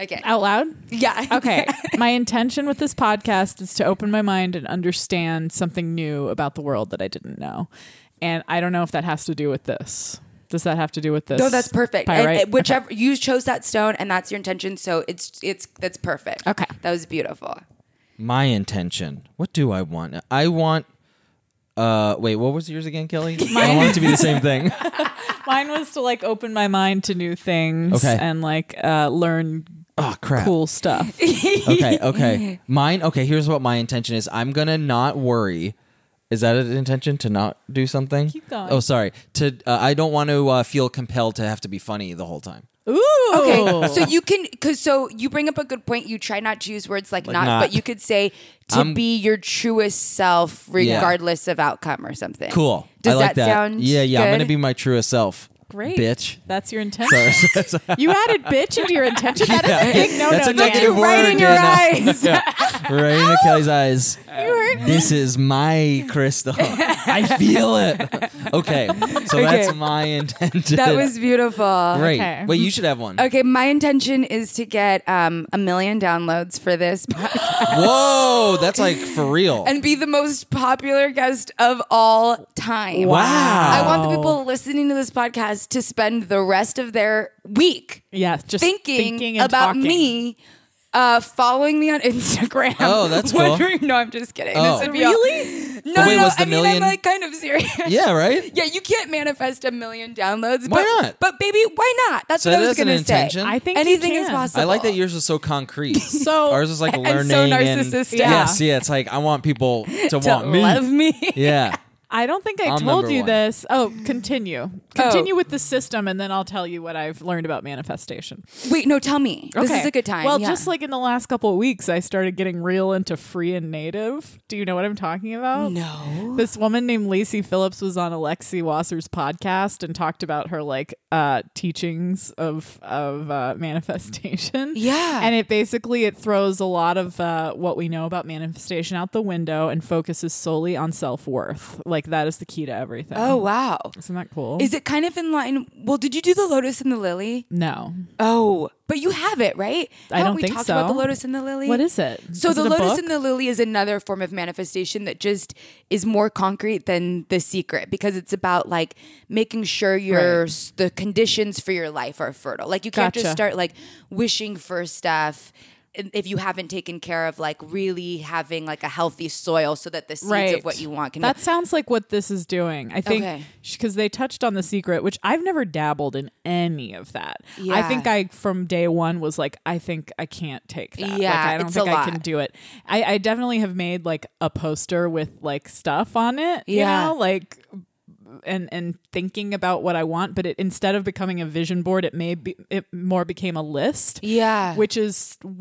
Okay.
Out loud?
yeah.
Okay. my intention with this podcast is to open my mind and understand something new about the world that I didn't know. And I don't know if that has to do with this. Does that have to do with this?
No, that's perfect. And-
Pyrite?
and whichever you chose that stone, and that's your intention. So it's it's that's perfect.
Okay.
that was beautiful.
My intention. What do I want? I want. Uh, wait, what was yours again, Kelly? I want it to be the same thing.
Mine was to like open my mind to new things
Okay.
and like uh, learn
Oh crap.
cool stuff.
Okay, okay. Mine. Okay, here's what my intention is. I'm gonna not worry. Is that an intention to not do something? Keep
going.
Oh, sorry. To uh, I don't want to uh, feel compelled to have to be funny the whole time.
Ooh.
Okay, so you can because so you bring up a good point. You try not to use words like, not,
not.
but you could say to
I'm-
be your truest self, regardless of outcome or something.
Cool.
Does
I like that.
sound?
Yeah, yeah. I'm
good?
gonna be my truest self.
Great.
bitch.
That's your intention. you added bitch into your intention. That is a big no no.
That's a negative
you right
word.
in your
yeah,
eyes.
no. right into Kelly's eyes. This is my crystal. I feel it. Okay, so that's my intention.
that was beautiful.
great.
Okay.
Wait, you should have one.
Okay, my intention is to get um, a million downloads for this podcast.
Whoa, that's like for real.
and be the most popular guest of all time.
Wow.
I
Oh.
want the people listening to this podcast to spend the rest of their week
Yes, just
thinking,
thinking and
about
talking.
me. Uh, following me on Instagram.
Oh, that's cool.
Wondering- No, I'm just kidding.
Oh.
This would be all- no,
But
no,
wait,
no.
was the
I mean,
million-
I'm like kind of serious.
yeah, right.
Yeah, you can't manifest a million downloads.
Why
but,
not?
But baby, why not? That's
So
what I
that
was
is an
gonna say.
intention?
I think you
anything is
can.
possible.
I like that yours is so concrete.
So-
ours is like
And so
learning
narcissistic.
And, yes,
Yeah.
yeah. It's like I want people to,
to
want me.
love me.
Yeah.
I don't think I
I'm
told
number
you
one.
this. Oh, continue. Continue with the system and then I'll tell you what I've learned about manifestation.
Wait, no, tell me. This
Okay.
is a good time.
Well,
yeah.
just like in the last couple of weeks, I started getting real into free and native. Do you know what I'm talking about?
no.
This woman named Lacey Phillips was on Alexi Wasser's podcast and talked about her like uh, teachings of of uh, manifestation.
Yeah.
and it basically it throws a lot of uh, what we know about manifestation out the window and focuses solely on self worth. Like that is the key to everything.
Oh wow.
isn't that cool?
Is it kind of in line? Well, did you do the lotus and the lily?
no,
Oh, but you have it right.
I don't
we
think
talked
so.
about the lotus and the lily?
What is it?
So
Is
the
it a
lotus
book?
and the lily is another form of manifestation that just is more concrete than the secret because it's about like making sure your
Right.
s the conditions for your life are fertile. Like you can't just
Gotcha.
start like wishing for stuff and if you haven't taken care of like really having like a healthy soil so that the seeds of what you want can
That sounds like what this is doing. I
Okay.
think because they touched on the secret, which I've never dabbled in any of that. I
Yeah.
think I from day one was like, I think I can't take that.
Yeah,
like, I don't
it's a
think I can
lot.
do it. I, I definitely have made like a poster with like stuff on it.
Yeah.
you know? like and and thinking about what I want, but it instead of becoming a vision board, it may be it more became a list.
Yeah.
Which is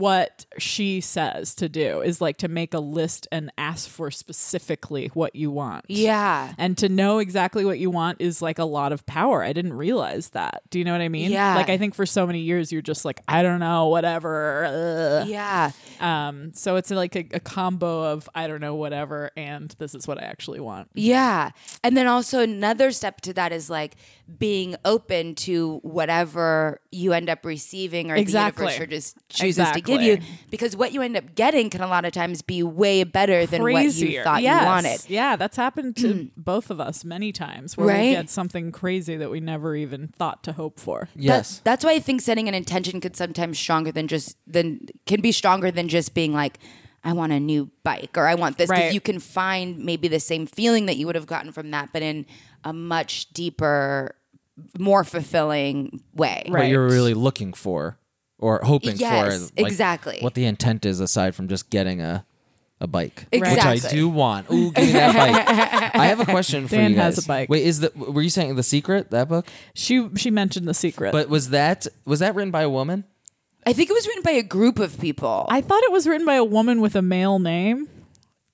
what she says to do is like to make a list and ask for specifically what you want.
Yeah.
And to know exactly what you want is like a lot of power. I didn't realize that. Do you know what I mean?
Yeah.
Like I think for so many years you're just like, I don't know, whatever. ugh.
Yeah.
Um, so it's like a, a combo of I don't know, whatever, and this is what I actually want.
Yeah. And then also another step to that is like being open to whatever you end up receiving or
Exactly.
the universe or just chooses to give you.
Exactly.
Because what you end up getting can a lot of times be way better than what you
Crazier.
thought
Yes.
you wanted. Mm.
Yeah, that's happened to both of us many times where
Right?
we get something crazy that we never even thought to hope for.
That-
Yes.
that's why I think setting an intention could sometimes stronger than just than can be stronger than just being like, I want a new bike or I want this because
Right.
you can find maybe the same feeling that you would have gotten from that, but in a much deeper, more fulfilling way.
what
Right.
you're really looking for or hoping for.
Yes,
and,
exactly.
What the intent is aside from just getting a a bike, which I
Exactly.
do want. Ooh, give me that bike. I have a question for
Dan
you guys.
has a bike.
Wait, is the were you saying the secret that book?
She she mentioned the secret.
But was that was that written by a woman?
I think it was written by a group of people.
I thought it was written by a woman with a male name.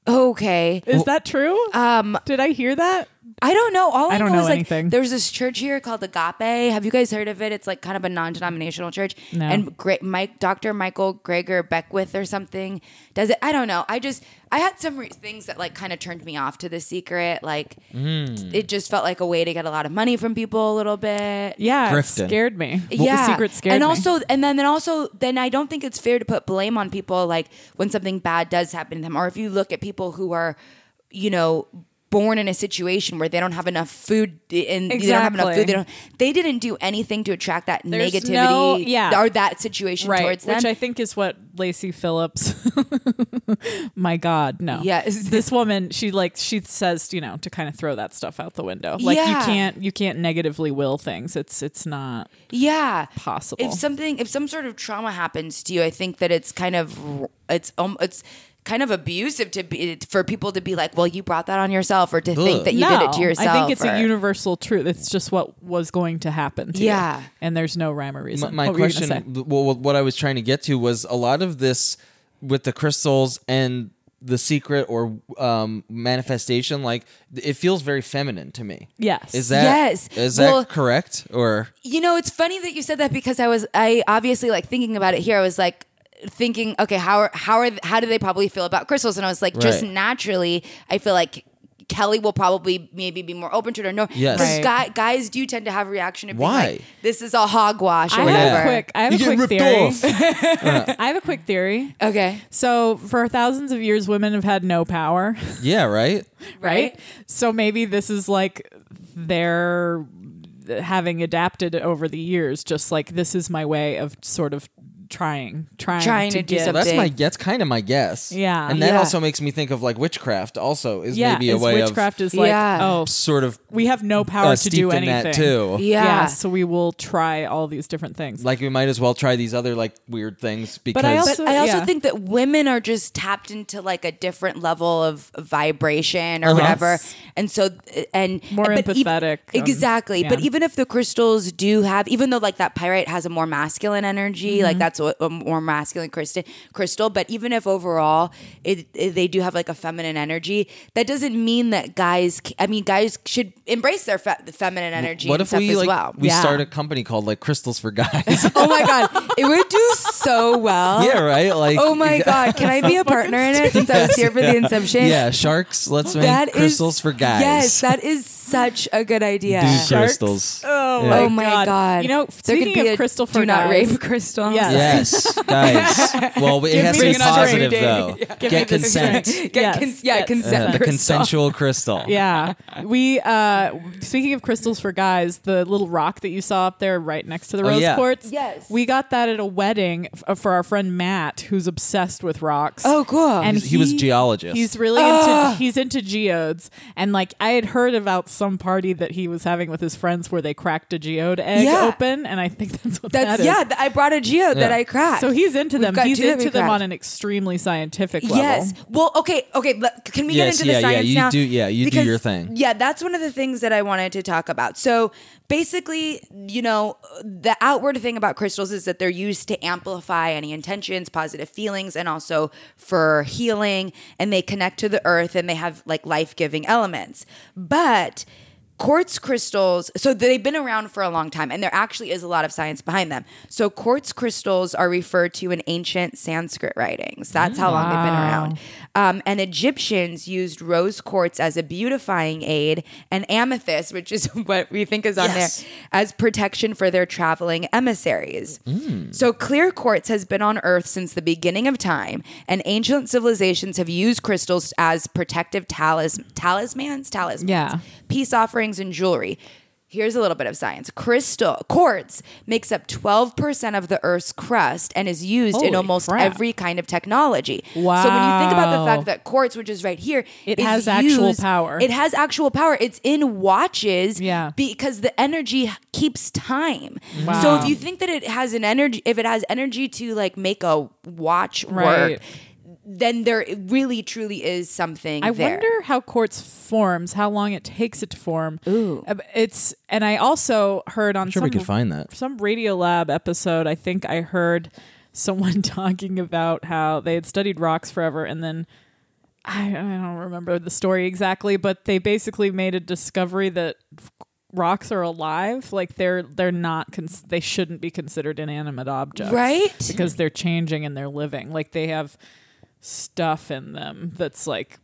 okay.
Is that true? Um, Did I hear that?
I don't know. All I,
I don't
know,
know
is like
anything.
there's this church here called Agape. Have you guys heard of it? It's like kind of a non-denominational church.
No.
And Gre- Mike, Dr. Michael Greger Beckwith or something does it. I don't know. I just I had some re- things that like kind of turned me off to the secret. Like
Hmm.
it just felt like a way to get a lot of money from people a little bit.
Yeah, it
Grifton.
scared me.
yeah,
the secret scared
and
me.
also, and then, then also, then I don't think it's fair to put blame on people like when something bad does happen to them, or if you look at people who are, you know, born in a situation where they don't have enough food and they don't have enough
Exactly.
food, they don't, they didn't do anything to attract that
There's
negativity
no- yeah.
or that situation towards them.
Which I think is what Lacey Phillips. My God, no.
Yes.
this woman, she like she says, you know, to kind of throw that stuff out the window. Like
Yeah.
you can't you can't negatively will things. It's it's not
yeah,
possible.
if something if some sort of trauma happens to you i think that it's kind of it's um, it's kind of abusive to be for people to be like well you brought that on yourself or to think
Ugh.
that you did it to yourself
I think it's
or-
a universal truth. It's just what was going to happen to you.
Yeah.
And there's no rhyme or
My,
reason.
my
What were you gonna
question,
say?
well, what- what I was trying to get to was a lot of this with the crystals and the secret or um, manifestation. Like it feels very feminine to me.
Yes.
Is that
Yes.
Is
Well-
that correct or?
You know, it's funny that you said that because I was I obviously like thinking about it here. I was like thinking, okay, how are how are how do they probably feel about crystals? And I was like, just
Right.
naturally, I feel like Kelly will probably maybe be more open to it or no.
Yes.
Because
Right.
guy, guys do tend to have a reaction to being
Why?
like, this is a hogwash or
I have
whatever.
a quick I have
You
a
get
quick
ripped
theory.
off.
I have a quick theory.
Okay.
So for thousands of years women have had no power.
Yeah, right.
Right?
right? So maybe this is like they're having adapted over the years, just like this is my way of sort of trying, trying,
Trying
to,
to do
give-
something.
Well, that's my
Big.
that's kind of my guess.
Yeah.
and that
Yeah.
also makes me think of like witchcraft. Also, is
Yeah,
maybe a
is
way
witchcraft
of
is like,
Yeah.
oh,
sort of
we have no power
uh,
to
steeped
do
in
anything
that too.
Yeah.
so we will try all these different things.
Like we might as well try these other like weird things because
I
But
So,
I also
yeah.
think that women are just tapped into like a different level of vibration or whatever, and so and
Uh-huh. More
but ev-
empathetic, um,
exactly. But
yeah.
even if the crystals do have, even though like that pyrite has a more masculine energy,
Mm-hmm.
like that's a, a more masculine crystal. Crystal, but even if overall it, it- they do have like a feminine energy, that doesn't mean that guys. c- I mean, guys should embrace their fe- feminine energy.
what
and
if
stuff
we
as
like
well?
we
Yeah.
start a company called like Crystals for Guys?
oh my god, it would do so well.
yeah, right. Like
Oh my god, can I be a partner in it since I was here for the inception?
yeah, sharks. Let's make
That is-
crystals for guys.
Yes, that is such a good idea.
do
Sharks?
crystals.
Oh,
Yeah.
my,
Oh my god.
You know,
There could
speaking
be
of
a
crystal for
do not
guys-
rape crystal.
Yes.
Yes, guys. Well, it has to
me
be
the drink.
positive though.
Give me
Get
the drink.
consent.
Get
Yes,
cons- yeah,
yes.
consent.
Yeah, Uh, the
crystal.
consensual crystal.
yeah we uh speaking of crystals for guys the little rock that you saw up there right next to the
Oh,
rose
yeah.
quartz
Yes.
we got that at a wedding f- uh, for our friend matt who's obsessed with rocks
Oh, cool.
and
He's- he was geologist.
he's really
Ah!
into he's into geodes and like i had heard about some party that he was having with his friends where they cracked cracked a geode egg
Yeah.
open, and I think that's what
That's
that is.
yeah. th- I brought a geo that I cracked.
So he's into
We've
them.
got
He's
two that we
into them
cracked.
on an extremely scientific level.
Yes. Well, okay, okay. let- Can we
Yes,
get into
yeah,
the
yeah,
science
you
now?
do- yeah, you do
Because,
your thing.
Yeah, that's one of the things that I wanted to talk about. So basically, you know, the outward thing about crystals is that they're used to amplify any intentions, positive feelings, and also for healing. And they connect to the earth, and they have like life giving elements. But quartz crystals so they've been around for a long time and there actually is a lot of science behind them so quartz crystals are referred to in ancient sanskrit writings that's how long they've been around um, and egyptians used rose quartz as a beautifying aid and amethyst which is what we think is on
Yes.
there as protection for their traveling emissaries
Hmm.
so clear quartz has been on earth since the beginning of time and ancient civilizations have used crystals as protective talis- talismans talismans
Yeah.
peace offerings, and jewelry. Here's a little bit of science. Crystal quartz makes up 12% of the Earth's crust and is used in
Holy
almost
crap.
every kind of technology. So when you think about the
Wow.
fact that quartz, which is right here,
It
is
has actual
used-
power.
It has actual power. It's in watches
Yeah.
because the energy h- keeps time. So
Wow.
if you think that it has an energy if it has energy to like make a watch work,
Right.
then there really truly is something
I
there.
wonder how quartz forms, how long it takes it to form. Ooh. It's and I also heard on
sure
some
we could find that.
some Radio Lab episode, I think I heard someone talking about how they had studied rocks forever and then I, I don't remember the story exactly, but they basically made a discovery that rocks are alive like they're they're not cons- they shouldn't be considered inanimate objects
Right?
because they're changing and they're living like they have stuff in them that's like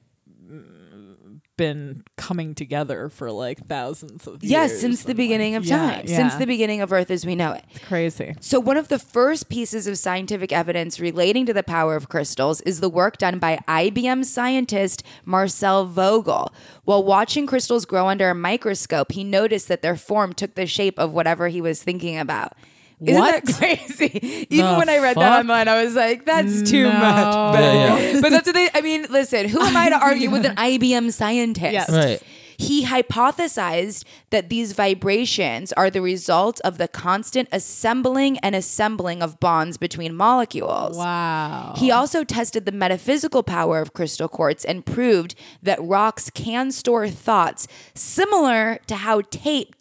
mm, been coming together for like thousands of
Yes,
years
since the
and,
beginning
like-
of
Yeah,
time,
yeah.
since the beginning of Earth as we know it.
crazy
So, one of the first pieces of scientific evidence relating to the power of crystals is the work done by IBM scientist Marcel Vogel. While watching crystals grow under a microscope, he noticed that their form took the shape of whatever he was thinking about. Isn't
What?
that crazy? Even
The
when I read that
fuck?
online, I was like, that's too
No.
much. But,
Yeah, yeah.
but that's what they, I mean, listen, who am I to argue with an IBM scientist?
Yes.
Right.
He hypothesized that these vibrations are the result of the constant assembling and assembling of bonds between molecules.
wow
He also tested the metaphysical power of crystal quartz and proved that rocks can store thoughts similar to how tape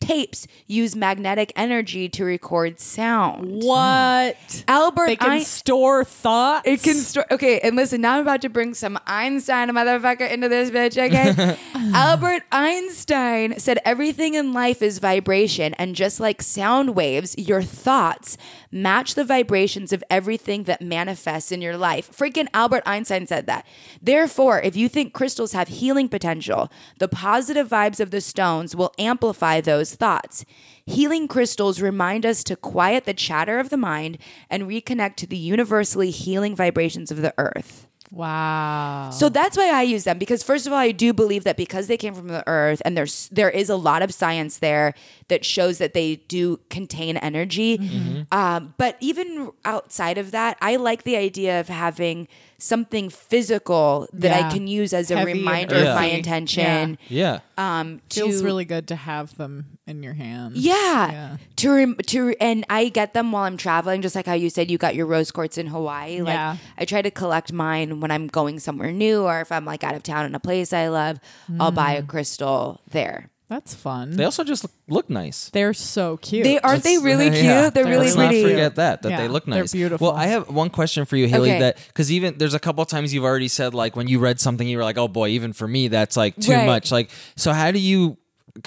tapes use magnetic energy to record sound.
what
Albert
they can
Ein-
store thoughts
it can store. Okay, and listen, now I'm about to bring some Einstein motherfucker into this bitch, okay? Albert Einstein said everything in life is vibration, and just like sound waves, your thoughts match the vibrations of everything that manifests in your life. Freaking Albert Einstein said that. Therefore, if you think crystals have healing potential, the positive vibes of the stones will amplify those thoughts. Healing crystals remind us to quiet the chatter of the mind and reconnect to the universally healing vibrations of the earth.
wow
So that's why I use them because first of all I do believe that because they came from the earth and there's there is a lot of science there that shows that they do contain energy.
Mm-hmm.
Um, but even outside of that, I like the idea of having something physical that I
Yeah.
can use as a
Heavy and
reminder of my
earthy.
intention.
Yeah.
Um, to,
feels really good to have them in your hand
yeah.
Yeah.
To rem- to and I get them while I'm traveling, just like how you said you got your rose quartz in Hawaii. Like
Yeah.
I try to collect mine when I'm going somewhere new, or if I'm like out of town in a place I love, I'll buy
Mm.
a crystal there.
that's fun
They also just look, look nice.
They're so cute.
They aren't they really cute? They're really
uh, Let's not
pretty.
forget that that
Yeah,
they look
they're
nice.
beautiful.
Well, I have one question for you, Haley.
Okay.
That because even there's a couple times you've already said like when you read something you were like, oh boy, even for me that's like too
Right.
much. Like so, how do you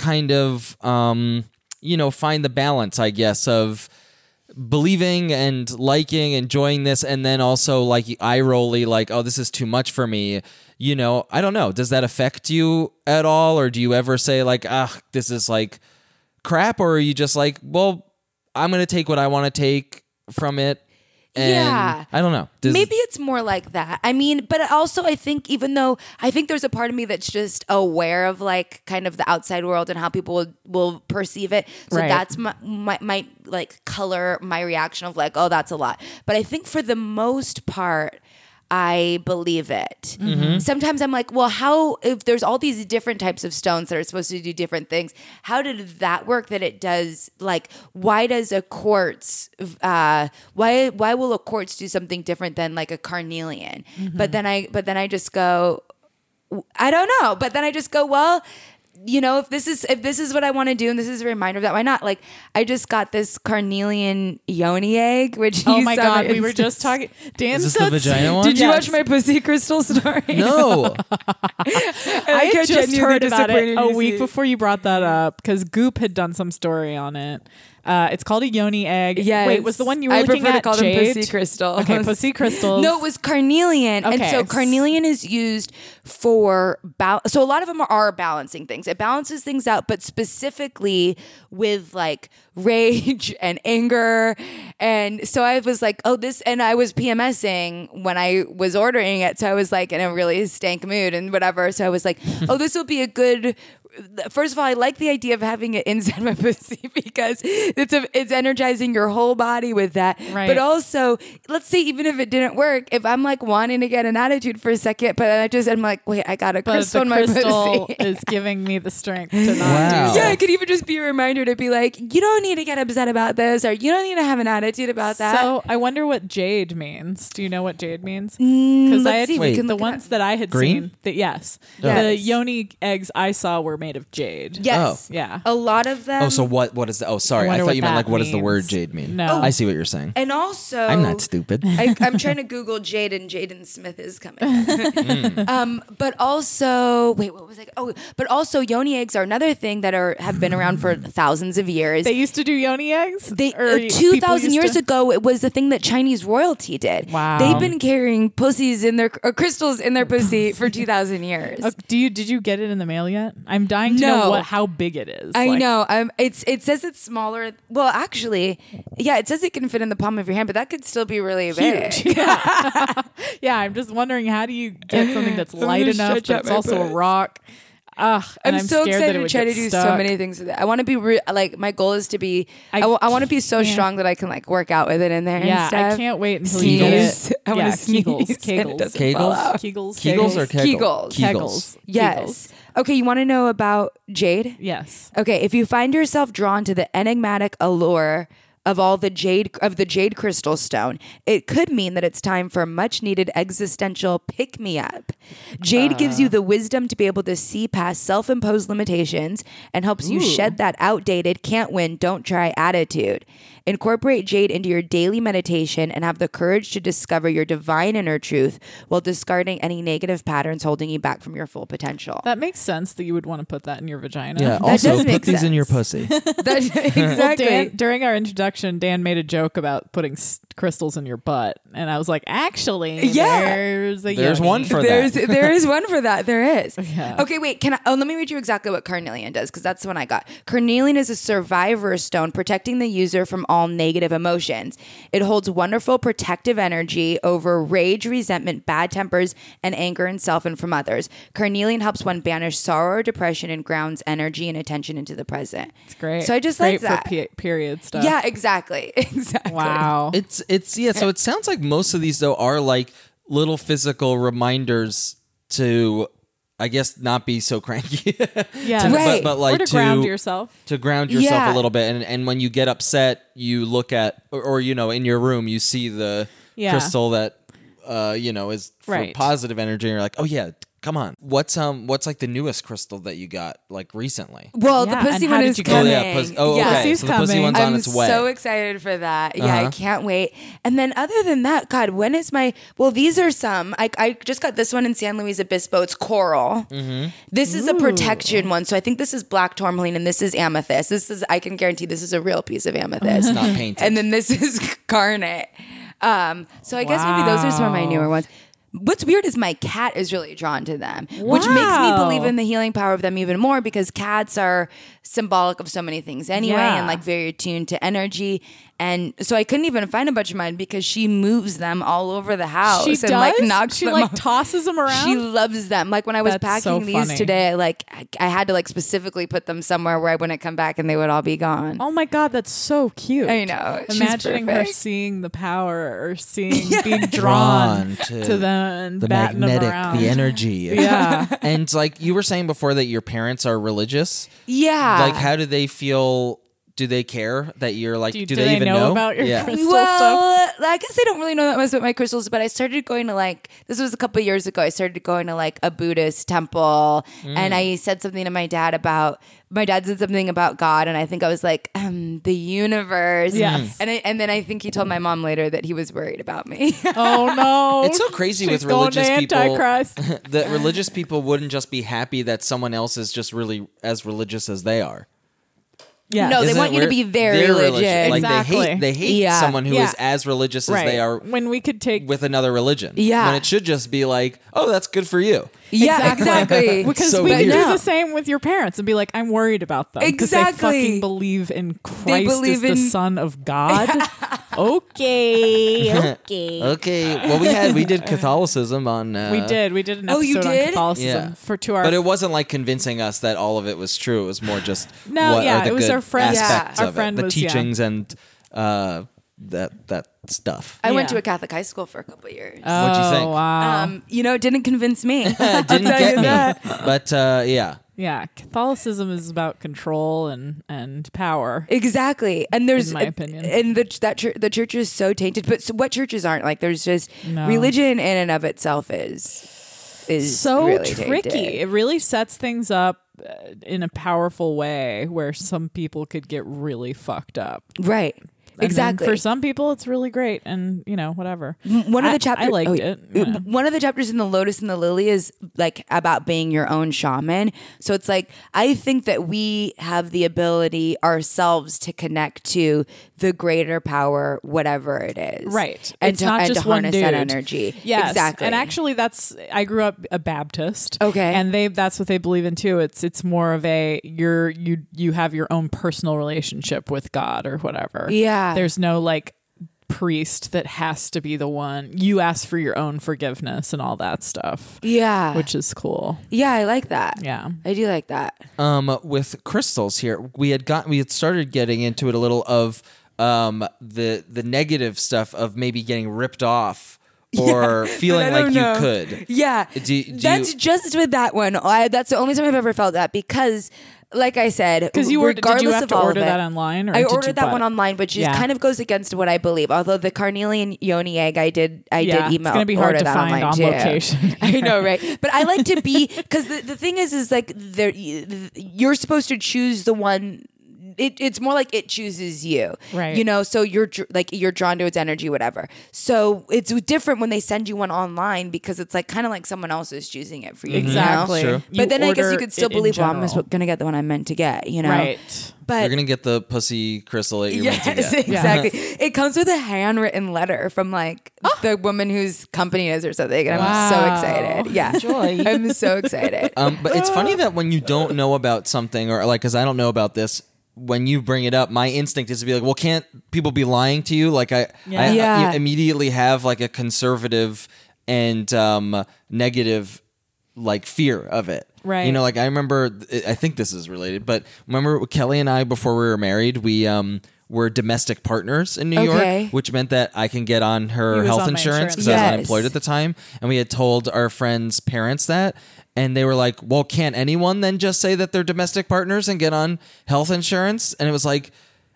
kind of um you know find the balance? I guess of believing and liking enjoying this and then also like eye rolly like oh this is too much for me you know i don't know does that affect you at all or do you ever say like ah this is like crap or are you just like well i'm gonna take what i want to take from it and
Yeah.
i don't know Does-
Maybe it's more like that. I mean, but also I think even though I think there's a part of me that's just aware of like kind of the outside world and how people will, will perceive it. So
Right.
that's my, my my like color my reaction of like, oh, that's a lot. But I think for the most part, I believe it. Sometimes I'm like, well, how, if there's all these different types of stones that are supposed to do different things, how did that work that it does? Like, why does a quartz, uh, why, why will a quartz do something different than like a carnelian? But then I, but then I just go, I don't know. But then I just go, well, you know, if this is if this is what I want to do, and this is a reminder of that, why not? Like, I just got this carnelian yoni egg, which
Oh
you
my
saw
god,
my
we were
Insta-
just talking. Dan
Is this the
said-
vagina one?
Did you
Yes.
watch my pussy crystal story?
No.
I
I
had just
genuinely
heard about it
disappointed
a
you
week
see-
before you brought that up because Goop had done some story on it. Uh, it's called a yoni egg.
Yes.
Wait, was the one you were
I
looking
prefer to
at
call them
jade?
pussy crystals.
Okay, pussy crystals.
No, it was carnelian. And
Okay.
so carnelian is used for bal- so a lot of them are balancing things. It balances things out, but specifically with like rage and anger. And so I was like, oh, this and I was PMSing when I was ordering it. So I was like in a really stank mood and whatever. So I was like, oh, this will be a good First of all, I like the idea of having it inside my pussy because it's a, it's energizing your whole body with that.
Right.
But also, let's say even if it didn't work, if I'm like wanting to get an attitude for a second, but I just I'm like, wait, I got a
but
crystal in
the
my
crystal
pussy.
is giving me the strength to not
Wow.
do.
Yeah, it could even just be a reminder to be like, you don't need to get upset about this, or you don't need to have an attitude about that.
So I wonder what jade means. Do you know what jade means? Because I
Mm, let's
had
see,
we Wait. can
the
look it
ones
up.
that I had
Green?
seen. That yes,
Yeah.
the
Yes.
yoni eggs I saw were made of jade.
yes,
Oh. Yeah.
a lot of them.
oh, so what? What is the? Oh, sorry. I,
wonder
thought
what
you meant
that
like what does the word
means.
jade mean?
No.
I see what you're saying.
and also,
I'm not stupid.
I, I'm trying to Google Jade and Jaden Smith is coming.
Mm.
um, but also, wait, what was I? Oh, but also yoni eggs are another thing that are have been around for thousands of years.
They used to do yoni eggs.
They
Or
uh,
people
two thousand
used
years
to-
ago, it was the thing that Chinese royalty did.
Wow.
they've been carrying pussies in their or crystals in their pussy for two thousand years.
Oh, do you did you get it in the mail yet? I'm dying to know
No.
what how big it is.
I
Like,
know. Um, it's it says it's smaller. Well, actually, yeah, it says it can fit in the palm of your hand, but that could still be really big.
Huge. Yeah. yeah, I'm just wondering how do you get something that's light
gonna
enough
stretch
but
out
it's
my
also a
butt.
rock? Ugh, and
I'm,
I'm,
so
scared that it
excited to
would
try
get
to do so
stuck.
many things with it. I want to be re- like my goal is to be.
I
I, w- I want to be so strong that I can like work out with it in there.
Yeah,
and stuff.
I can't wait until you get
Sneeze.
it.
I wanna
yeah,
sneeze
Kegels,
and it
Kegels,
doesn't
Kegels?
fall out.
Kegels,
Kegels or Kegel?
Kegels.
Kegels?
Yes.
Kegels.
Okay, you want to know about jade?
Yes.
Okay, if you find yourself drawn to the enigmatic allure of all the jade of the jade crystal stone, it could mean that it's time for a much needed existential pick me up. Jade gives you the wisdom to be able to see past self-imposed limitations and helps you shed that outdated can't win, don't try attitude. Incorporate jade into your daily meditation and have the courage to discover your divine inner truth while discarding any negative patterns holding you back from your full potential.
That makes sense that you would want to put that in your vagina.
yeah.
That
Also,
does
put
make
these in your
sense.
pussy.
That-
Well,
exactly.
Dan, during our introduction, Dan made a joke about putting s- crystals in your butt, and I was like, "Actually,
Yeah.
there's a
There's
yoni.
one for
There's
that.
there is one for that. There is.
Yeah.
Okay, wait. Can I? Oh, let me read you exactly what carnelian does because that's the one I got. Carnelian is a survivor stone protecting the user from all negative emotions. It holds wonderful protective energy over rage, resentment, bad tempers, and anger in self and from others. Carnelian helps one banish sorrow or depression and grounds energy and attention into the present. It's
Great.
So I just
Great
like
for
that.
pe- period stuff.
yeah, exactly, exactly.
Wow.
It's it's yeah. So it sounds like most of these though are like little physical reminders to, I guess, not be so cranky.
yeah.
but,
Right.
but like
or to, ground
to-
yourself.
to ground yourself
Yeah.
a little bit and, and when you get upset you look at or, or you know in your room you see the
Yeah.
crystal that uh you know is for
Right.
positive energy and you're like oh yeah come on what's um what's like the newest crystal that you got like recently
Well,
Yeah,
the
and
pussy
how
one
did
is
you get
oh
it?
yeah,
coming.
pus- oh okay
Pussy's
so the pussy
coming.
one's on
I'm
its way Uh-huh.
so excited for that. Yeah, I can't wait. And then other than that, God, when is my? Well, these are some. I, I just got this one in San Luis Obispo. It's coral.
Mm-hmm.
This is a protection one. So I think this is black tourmaline and this is amethyst. This is I can guarantee this is a real piece of amethyst.
not painted.
And then this is garnet. Um, so I guess maybe those are some of my newer ones. What's weird is my cat is really drawn to them, which makes me
Wow.
believe in the healing power of them even more because cats are symbolic of so many things anyway
Yeah.
and like very attuned to energy. And so I couldn't even find a bunch of mine because she moves them all over the house
She
and
does.
Oh, like knocks
she
them
like
off.
tosses them around.
She loves them. Like when I was
That's
packing
so
these
funny.
today, I like I, I had to like specifically put them somewhere where I wouldn't come back and they would all be gone.
Oh my god, that's so cute.
I know. She's
Imagining her
perfect.
seeing the power or seeing being
Drawn
drawn,
to
to, them and
the
batting
magnetic,
them around.
the energy.
Yeah.
and it's like you were saying before that your parents are religious.
Yeah.
Like, how do they feel? Do they care that you're like?
Do
Do,
you-
they, even know,
about your
yeah.
Christmas? crystal
well, I guess I don't really know that much about my crystals, but I started going to like this was a couple of years ago. I started going to like a Buddhist temple, and I said something to my dad about my dad said something about God, and I think I was like um, the universe,
Yes.
And I, and then I think he told my mom later that he was worried about me.
oh no.
It's so crazy
She's
with
going to
religious people
Antichrist.
that religious people wouldn't just be happy that someone else is just really as religious as they are.
Yeah.
No, They
Isn't
want
it
you to
weird?
be very
They're Like
religious.
they
Exactly.
hate they hate
Yeah.
someone who is
Yeah.
as religious
right.
as they are
when we could take
with another religion.
Yeah.
When it should just be like, oh, that's good for you.
yeah, exactly.
because
so
we
weird.
could do
No.
the same with your parents and be like, I'm worried about them. 'cause
Exactly.
They fucking believe in Christ
believe
as the
in-
Son of God. okay. Okay.
Okay. Well, we had we did Catholicism on. Uh,
We did. We did an
Oh, you
episode on
did?
Catholicism
Yeah.
for two hours.
But it wasn't like convincing us that all of it was true. It was more just
No,
what
yeah,
are the
it was
good
our friend-
Yeah.
aspects
our
of
friend
it, the
was- yeah.
teachings and uh, that that stuff.
I went
Yeah.
to a Catholic high school for a couple of years.
What'd you think?
wow.
Um, you know, it didn't convince me. I'll
Oh. Didn't
tell
get
you
me,
that.
but uh, yeah,
yeah, Catholicism is about control and and power.
Exactly, and there's
In my opinion.
and the that chur- the church is so tainted. But so what churches aren't like? There's just
No.
religion in and of itself is is
so
really
tricky.
tainted.
It really sets things up uh, in a powerful way where some people could get really fucked up.
right?
And then
exactly.
for some people, it's really great, and you know, whatever.
one of
I-
the chapters
I liked
oh,
it.
uh,
Yeah.
One of the chapters in the Lotus and the Lily is like about being your own shaman. So it's like I think that we have the ability ourselves to connect to the greater power, whatever it is,
Right.
And
it's
to,
not
and
just
to
one
harness
dude.
that energy,
Yes.
exactly.
And actually that's I grew up a Baptist.
Okay.
And they that's what they believe in too. It's it's more of a you're you you have your own personal relationship with God or whatever.
Yeah.
There's no like priest that has to be the one. You ask for your own forgiveness and all that stuff.
yeah,
Which is cool.
yeah, I like that.
Yeah.
I do like that.
um, with crystals here, we had got we had started getting into it a little of um, the the negative stuff of maybe getting ripped off or feeling
But I
like
don't know.
you could.
Yeah.
Do- do
that's
you-
just with that one. I, that's the only time I've ever felt that because, like I said,
Because you were did
regardless
you have
of
to
all of
order
it-
that online or did
I
you
ordered that
buy
one
it?
online, which is
Yeah.
kind of goes against what I believe. Although the carnelian yoni egg, I did, I
Yeah,
did
it's
email.
gonna be hard
order
to
that
find
online
on
too.
location.
I know, right? But I like to be because the, the thing is, is like there, you're supposed to choose the one. It, it's more like it chooses you,
Right.
You know, so you're dr- like you're drawn to its energy, whatever. So it's different when they send you one online because it's like kind of like someone else is choosing it for you, you know?
Exactly.
Sure.
You
But then I guess
order
you could still
it in
believe, well, I'm
general.
just gonna get the one I'm meant to get, you know?
Right.
But
You're gonna get the pussy crystal that you're meant to
Yes, Oh.
get.
exactly. It comes with a handwritten letter from like the woman whose company it is or something. And I'm so
Wow.
excited. Yeah.
Joy.
I'm so excited.
Um, but it's funny that when you don't know about something, or like, because I don't know about this, when you bring it up, my instinct is to be like, "Well, can't people be lying to you?" Like, I, I, I
Yeah.
immediately have like a conservative and um, negative like fear of it.
Right.
You know, like I remember. I think this is related, but remember Kelly and I before we were married, we um were domestic partners in New
Okay.
York, which meant that I can get on her
was
health
on my
insurance because I
insurance.
was unemployed
Yes.
at the time and we had told our friends' parents that and they were like, "Well, can't anyone then just say that they're domestic partners and get on health insurance?" And it was like,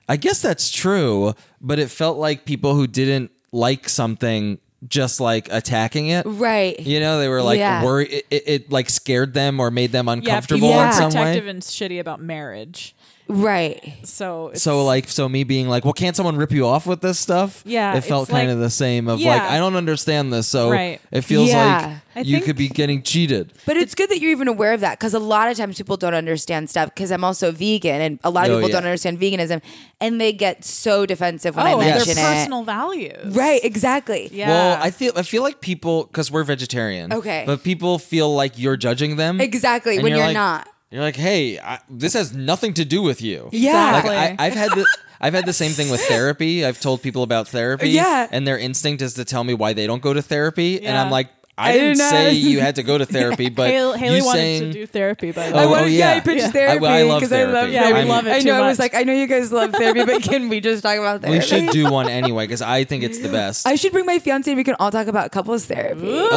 I guess that's true, but it felt like people who didn't like something just like attacking it.
Right.
You know, they were like
Yeah.
worried it, it, it like scared them or made them
Yeah,
uncomfortable
people
Yeah.
in
are
some
protective
way.
and shitty about marriage.
Right.
So it's
So like so me being like, "Well, can't someone rip you off with this stuff?"
Yeah,
It felt
it's like-
kind of the same of
Yeah.
like, "I don't understand this." So
Right.
it feels
Yeah.
I
like you
think-
could be getting cheated.
But it's good that you're even aware of that because a lot of times people don't understand stuff because I'm also vegan and a lot of
Oh,
people
yeah.
don't understand veganism and they get so defensive when I
oh, their
mention
personal values.
it. Right. Exactly.
Yeah.
Well, I feel I feel like people because we're vegetarian.
Okay.
but people feel like you're judging them.
Exactly,
and
when
you're
you're
like-
not.
you're You're like, hey, I, this has nothing to do with you.
Yeah.
Like, I,
Exactly.
I've had the. I've had the same thing with therapy. I've told people about therapy,
Yeah.
and their instinct is to tell me why they don't go to therapy, and
Yeah.
I'm like, I,
I
didn't
didn't know.
say you had to go to therapy, but
Haley, Haley
you
wanted
saying
to do therapy, by the
Oh,
I
way.
wanted,
oh,
yeah.
yeah.
I pitched
Yeah. I-
therapy
well, I love
because I, love
therapy.
Yeah, we
therapy.
love it
I
too
know. I was
much.
like, I know you guys love therapy, but can we just talk about therapy?
we should do one anyway because I think it's the best.
I should bring my fiance and we can all talk about couples therapy.
Oh,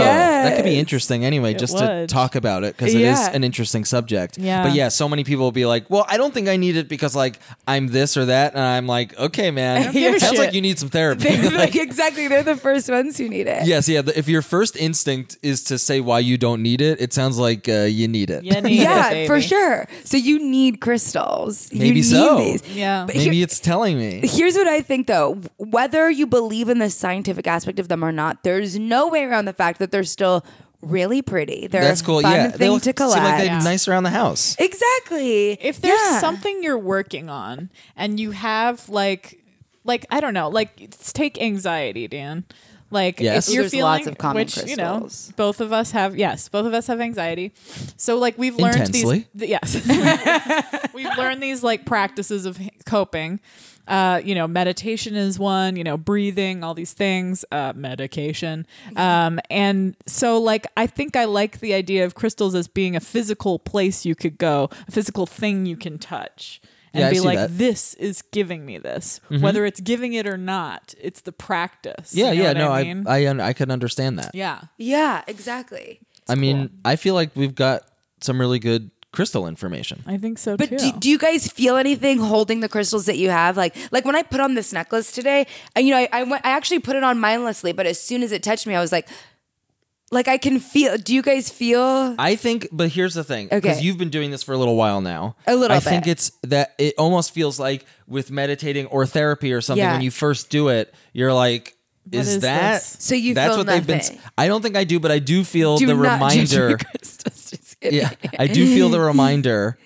that could be
Yes.
interesting anyway, just to
would.
talk about it because it is
Yeah.
an interesting subject.
Yeah.
But yeah, so many people will be like, well, I don't think I need it because like I'm this or that. And I'm like, okay, man,
give a
sounds
shit.
like you need some therapy.
They're
Like,
like, exactly. They're the first ones who need it.
yes, yeah. the- If your first instinct is to say why you don't need it, it sounds like uh, you need it.
You need
Yeah,
it, baby.
for sure. So you need crystals. you
Maybe
need
so.
These.
Yeah.
But
Maybe
here-
it's telling me.
here's what I think though whether you believe in the scientific aspect of them or not, there's no way around the fact that they're still really pretty. They're
That's cool.
a fun
yeah,
thing
they look,
to
seem
collect.
like they're
Yeah.
nice around the house.
Exactly.
if there's
Yeah.
something you're working on and you have like like I don't know, like let's take anxiety, Dan. Like
Yes.
if you're
There's
feeling
lots of common
which you know
crystals.
both of us have yes, both of us have anxiety. So like we've learned
Intensely.
these th- yes. we've learned these like practices of coping. Uh, you know, meditation is one, you know, breathing, all these things, uh, medication. Um, and so, like, I think I like the idea of crystals as being a physical place you could go, a physical thing you can touch. And
Yeah, I
be
see
like,
that. Mm-hmm.
this is giving me this. Whether it's giving it or not, it's the practice.
Yeah,
You know
yeah.
what
No,
I
I,
mean?
I, un- I can understand that.
yeah.
yeah, exactly.
I mean, I feel like we've got some really good crystal information.
I think so
But
too.
do, do you guys feel anything holding the crystals that you have? Like, like when I put on this necklace today, and you know, I, I went, I actually put it on mindlessly, but as soon as it touched me, I was like, like I can feel. Do you guys feel?
I think, but here's the thing, because
Okay.
you've been doing this for a little while now.
A little
I think
bit.
it's that it almost feels like with meditating or therapy or something.
Yeah.
When you first do it, you're like, is,
is
that
this?
So you
That's
feel
what they've been. s-
nothing.
I don't think I do, but I do feel
Do
the
not judge your
reminder.
crystals. Just kidding.
yeah, I do feel the reminder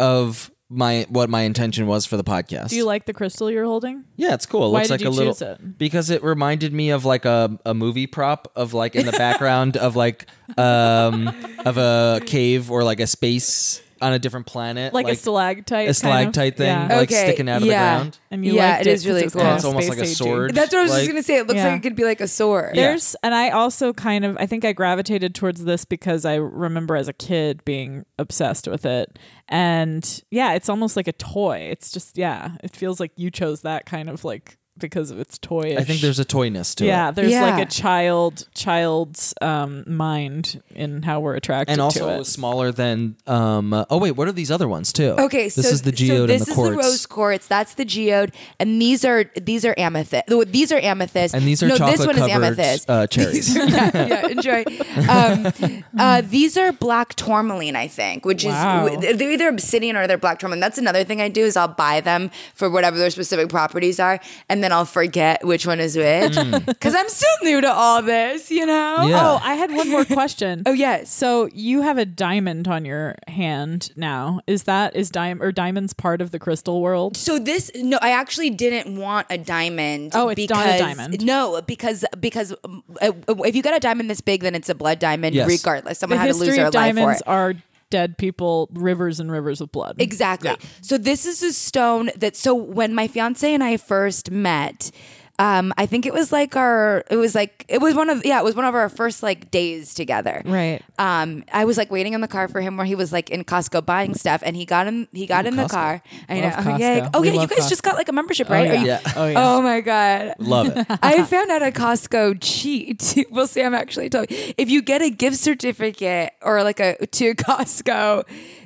of my what my intention was for the podcast.
Do you like the crystal you're holding?
Yeah, it's cool. It
Why
looks
did
like
you
a little
choose it?
because it reminded me of like a, a movie prop of like in the background of like um of a cave or like a space on a different planet,
Like, a stalactite?
a stalactite thing,
Yeah.
like
Okay,
sticking out of
yeah.
the ground.
and you
Yeah,
liked
it is
'cause
really
it's
cool.
kind of
It's
almost
space
like a
agey.
sword.
That's what I was
Like-
just gonna say. It looks
Yeah.
like it could be like a sword.
Yeah.
There's and I also kind of I think I gravitated towards this because I remember as a kid being obsessed with it. And yeah, it's almost like a toy. It's just yeah, it feels like you chose that kind of like because of its toy.
I think there's a toyness to
yeah,
it.
there's
Yeah.
like a child child's um, mind in how we're attracted
And also
to
it
it.
was smaller than um uh, oh wait, what are these other ones too?
Okay, so
this is the
so
geode
this
and the
is
quartz.
the rose quartz. That's the geode, and these are these are amethyst. These are amethyst,
and these are
no, this
chocolate
one is
covered
amethyst.
uh, cherries.
yeah, yeah, enjoy. Um, uh, these are black tourmaline, I think, which
Wow.
is w- they're either obsidian or they're black tourmaline. That's another thing I do is I'll buy them for whatever their specific properties are, and then I'll forget which one is which
Hmm.
because I'm still new to all this, you know.
Yeah.
Oh, I had one more question.
Oh, yes.
So you have a diamond on your hand now. Is that is diamond or diamonds part of the crystal world?
So this no, I actually didn't want a diamond.
Oh, it's not a diamond.
No, because because um, uh, if you got a diamond this big, then it's a blood diamond,
Yes.
regardless. Someone
the
had to
history
lose their
of
life for
diamonds
it.
are dead people, rivers and rivers of blood.
Exactly. So this is a stone that. So when my fiance and I first met. Um, I think it was like our, it was like, it was one of, yeah, it was one of our first like days together.
Right.
Um, I was like waiting in the car for him where he was like in Costco buying stuff and he got in, he got in the
Costco.
car. I
Love
know. Yeah.
Costco.
Oh
We
yeah. You
love
guys just got like a membership, right? Are you-
yeah.
Oh yeah.
Oh my god.
Love it.
I found out a Costco cheat. Well, Sam actually told me if you get a gift certificate or like a to Costco,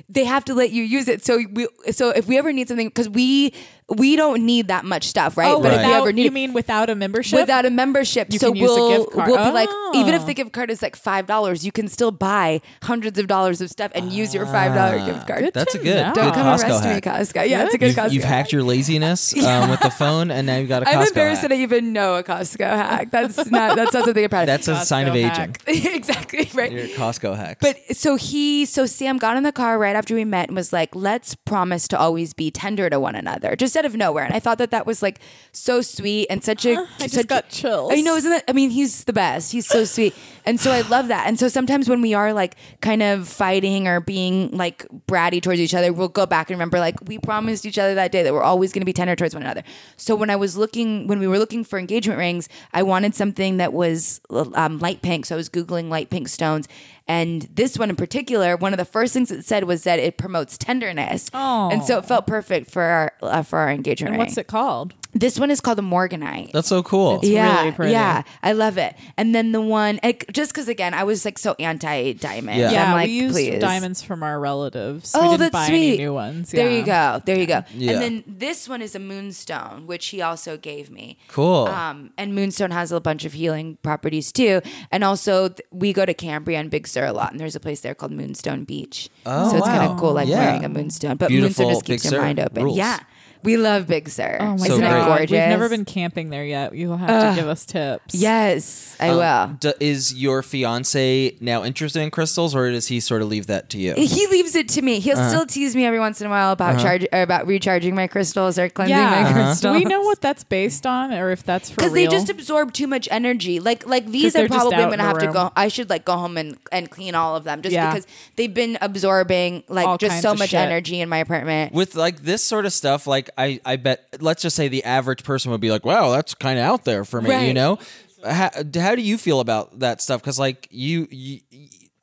they have to let you use it. So we, so if we ever need something, because we we don't need that much stuff, right?
Oh,
But if
without,
you ever need
you mean without a membership?
without a membership,
You
so
can use a
we'll
gift card.
we'll be like, even if
Oh.
the gift card is like five dollars, you can still buy hundreds of dollars of stuff and use your five dollar
Ah,
gift card.
Uh, That's a
to
good,
know.
good
Don't come
Costco
arrest
hack.
me, Costco. Yeah, it's a good
you've,
Costco.
you've hacked your laziness um, with the phone, and now you've got a Costco
I'm embarrassed
hack.
that I even know a Costco hack. That's not that's not something I'm proud of.
That's a sign of
Costco
aging.
hack.
exactly right.
Your Costco hack.
But so he, so Sam got in the car right after we met and was like, let's promise to always be tender to one another. Just just out of nowhere, and I thought that that was like so sweet and such a.
I just
such-
got chills.
I know, isn't that? I mean, he's the best. He's so sweet, and so I love that. And so sometimes when we are like kind of fighting or being like bratty towards each other, we'll go back and remember like we promised each other that day that we're always going to be tender towards one another. So when I was looking, when we were looking for engagement rings, I wanted something that was um, light pink. So I was googling light pink stones, and this one in particular, one of the first things it said was that it promotes tenderness, and so it felt perfect for our uh, for our engagement ring.
Oh. What's it called?
This one is called the Morganite.
That's so cool.
It's
yeah,
really pretty.
Yeah, I love it. And then the one, like, just because again, I was like so anti diamond.
Yeah.
I'm like,
we used
please.
diamonds from our relatives. we
Oh,
didn't
that's
buy
sweet.
any new ones.
There
yeah.
you go. There you go.
Yeah.
And then this one is a moonstone, which he also gave me.
Cool.
Um, and moonstone has a bunch of healing properties too. And also, th- we go to Cambria and Big Sur a lot, and there's a place there called Moonstone Beach.
Oh,
so it's kind
wow.
of cool, like
Yeah.
wearing a moonstone. But
Beautiful
moonstone just keeps
Big
your
Sur
mind open.
rules.
Yeah, we love Big Sur.
Oh my
Isn't
So
it
great.
god,
gorgeous?
we've never been camping there yet. You'll have to give us tips.
Yes,
Um,
I will.
D- is your fiance now interested in crystals, or does he sort of leave that to you?
he leaves it to me.
Uh-huh.
He'll still tease me every once in a while about charge or about recharging my crystals or cleansing my
yeah. Uh-huh. Do
crystals.
we know what that's based on, or if that's for
because
real?
they just absorb too much energy. Like like these,
they're
I
just
probably
out
am
in
gonna
the
have to
room.
go. I should like go home and and clean all of them just
Yeah.
because they've been absorbing like
All
just
kinds
so
of
much
shit.
energy in my apartment.
with like this sort of stuff like i i bet let's just say the average person would be like wow that's kind of out there for me you
Right.
know how, how do you feel about that stuff because like you, you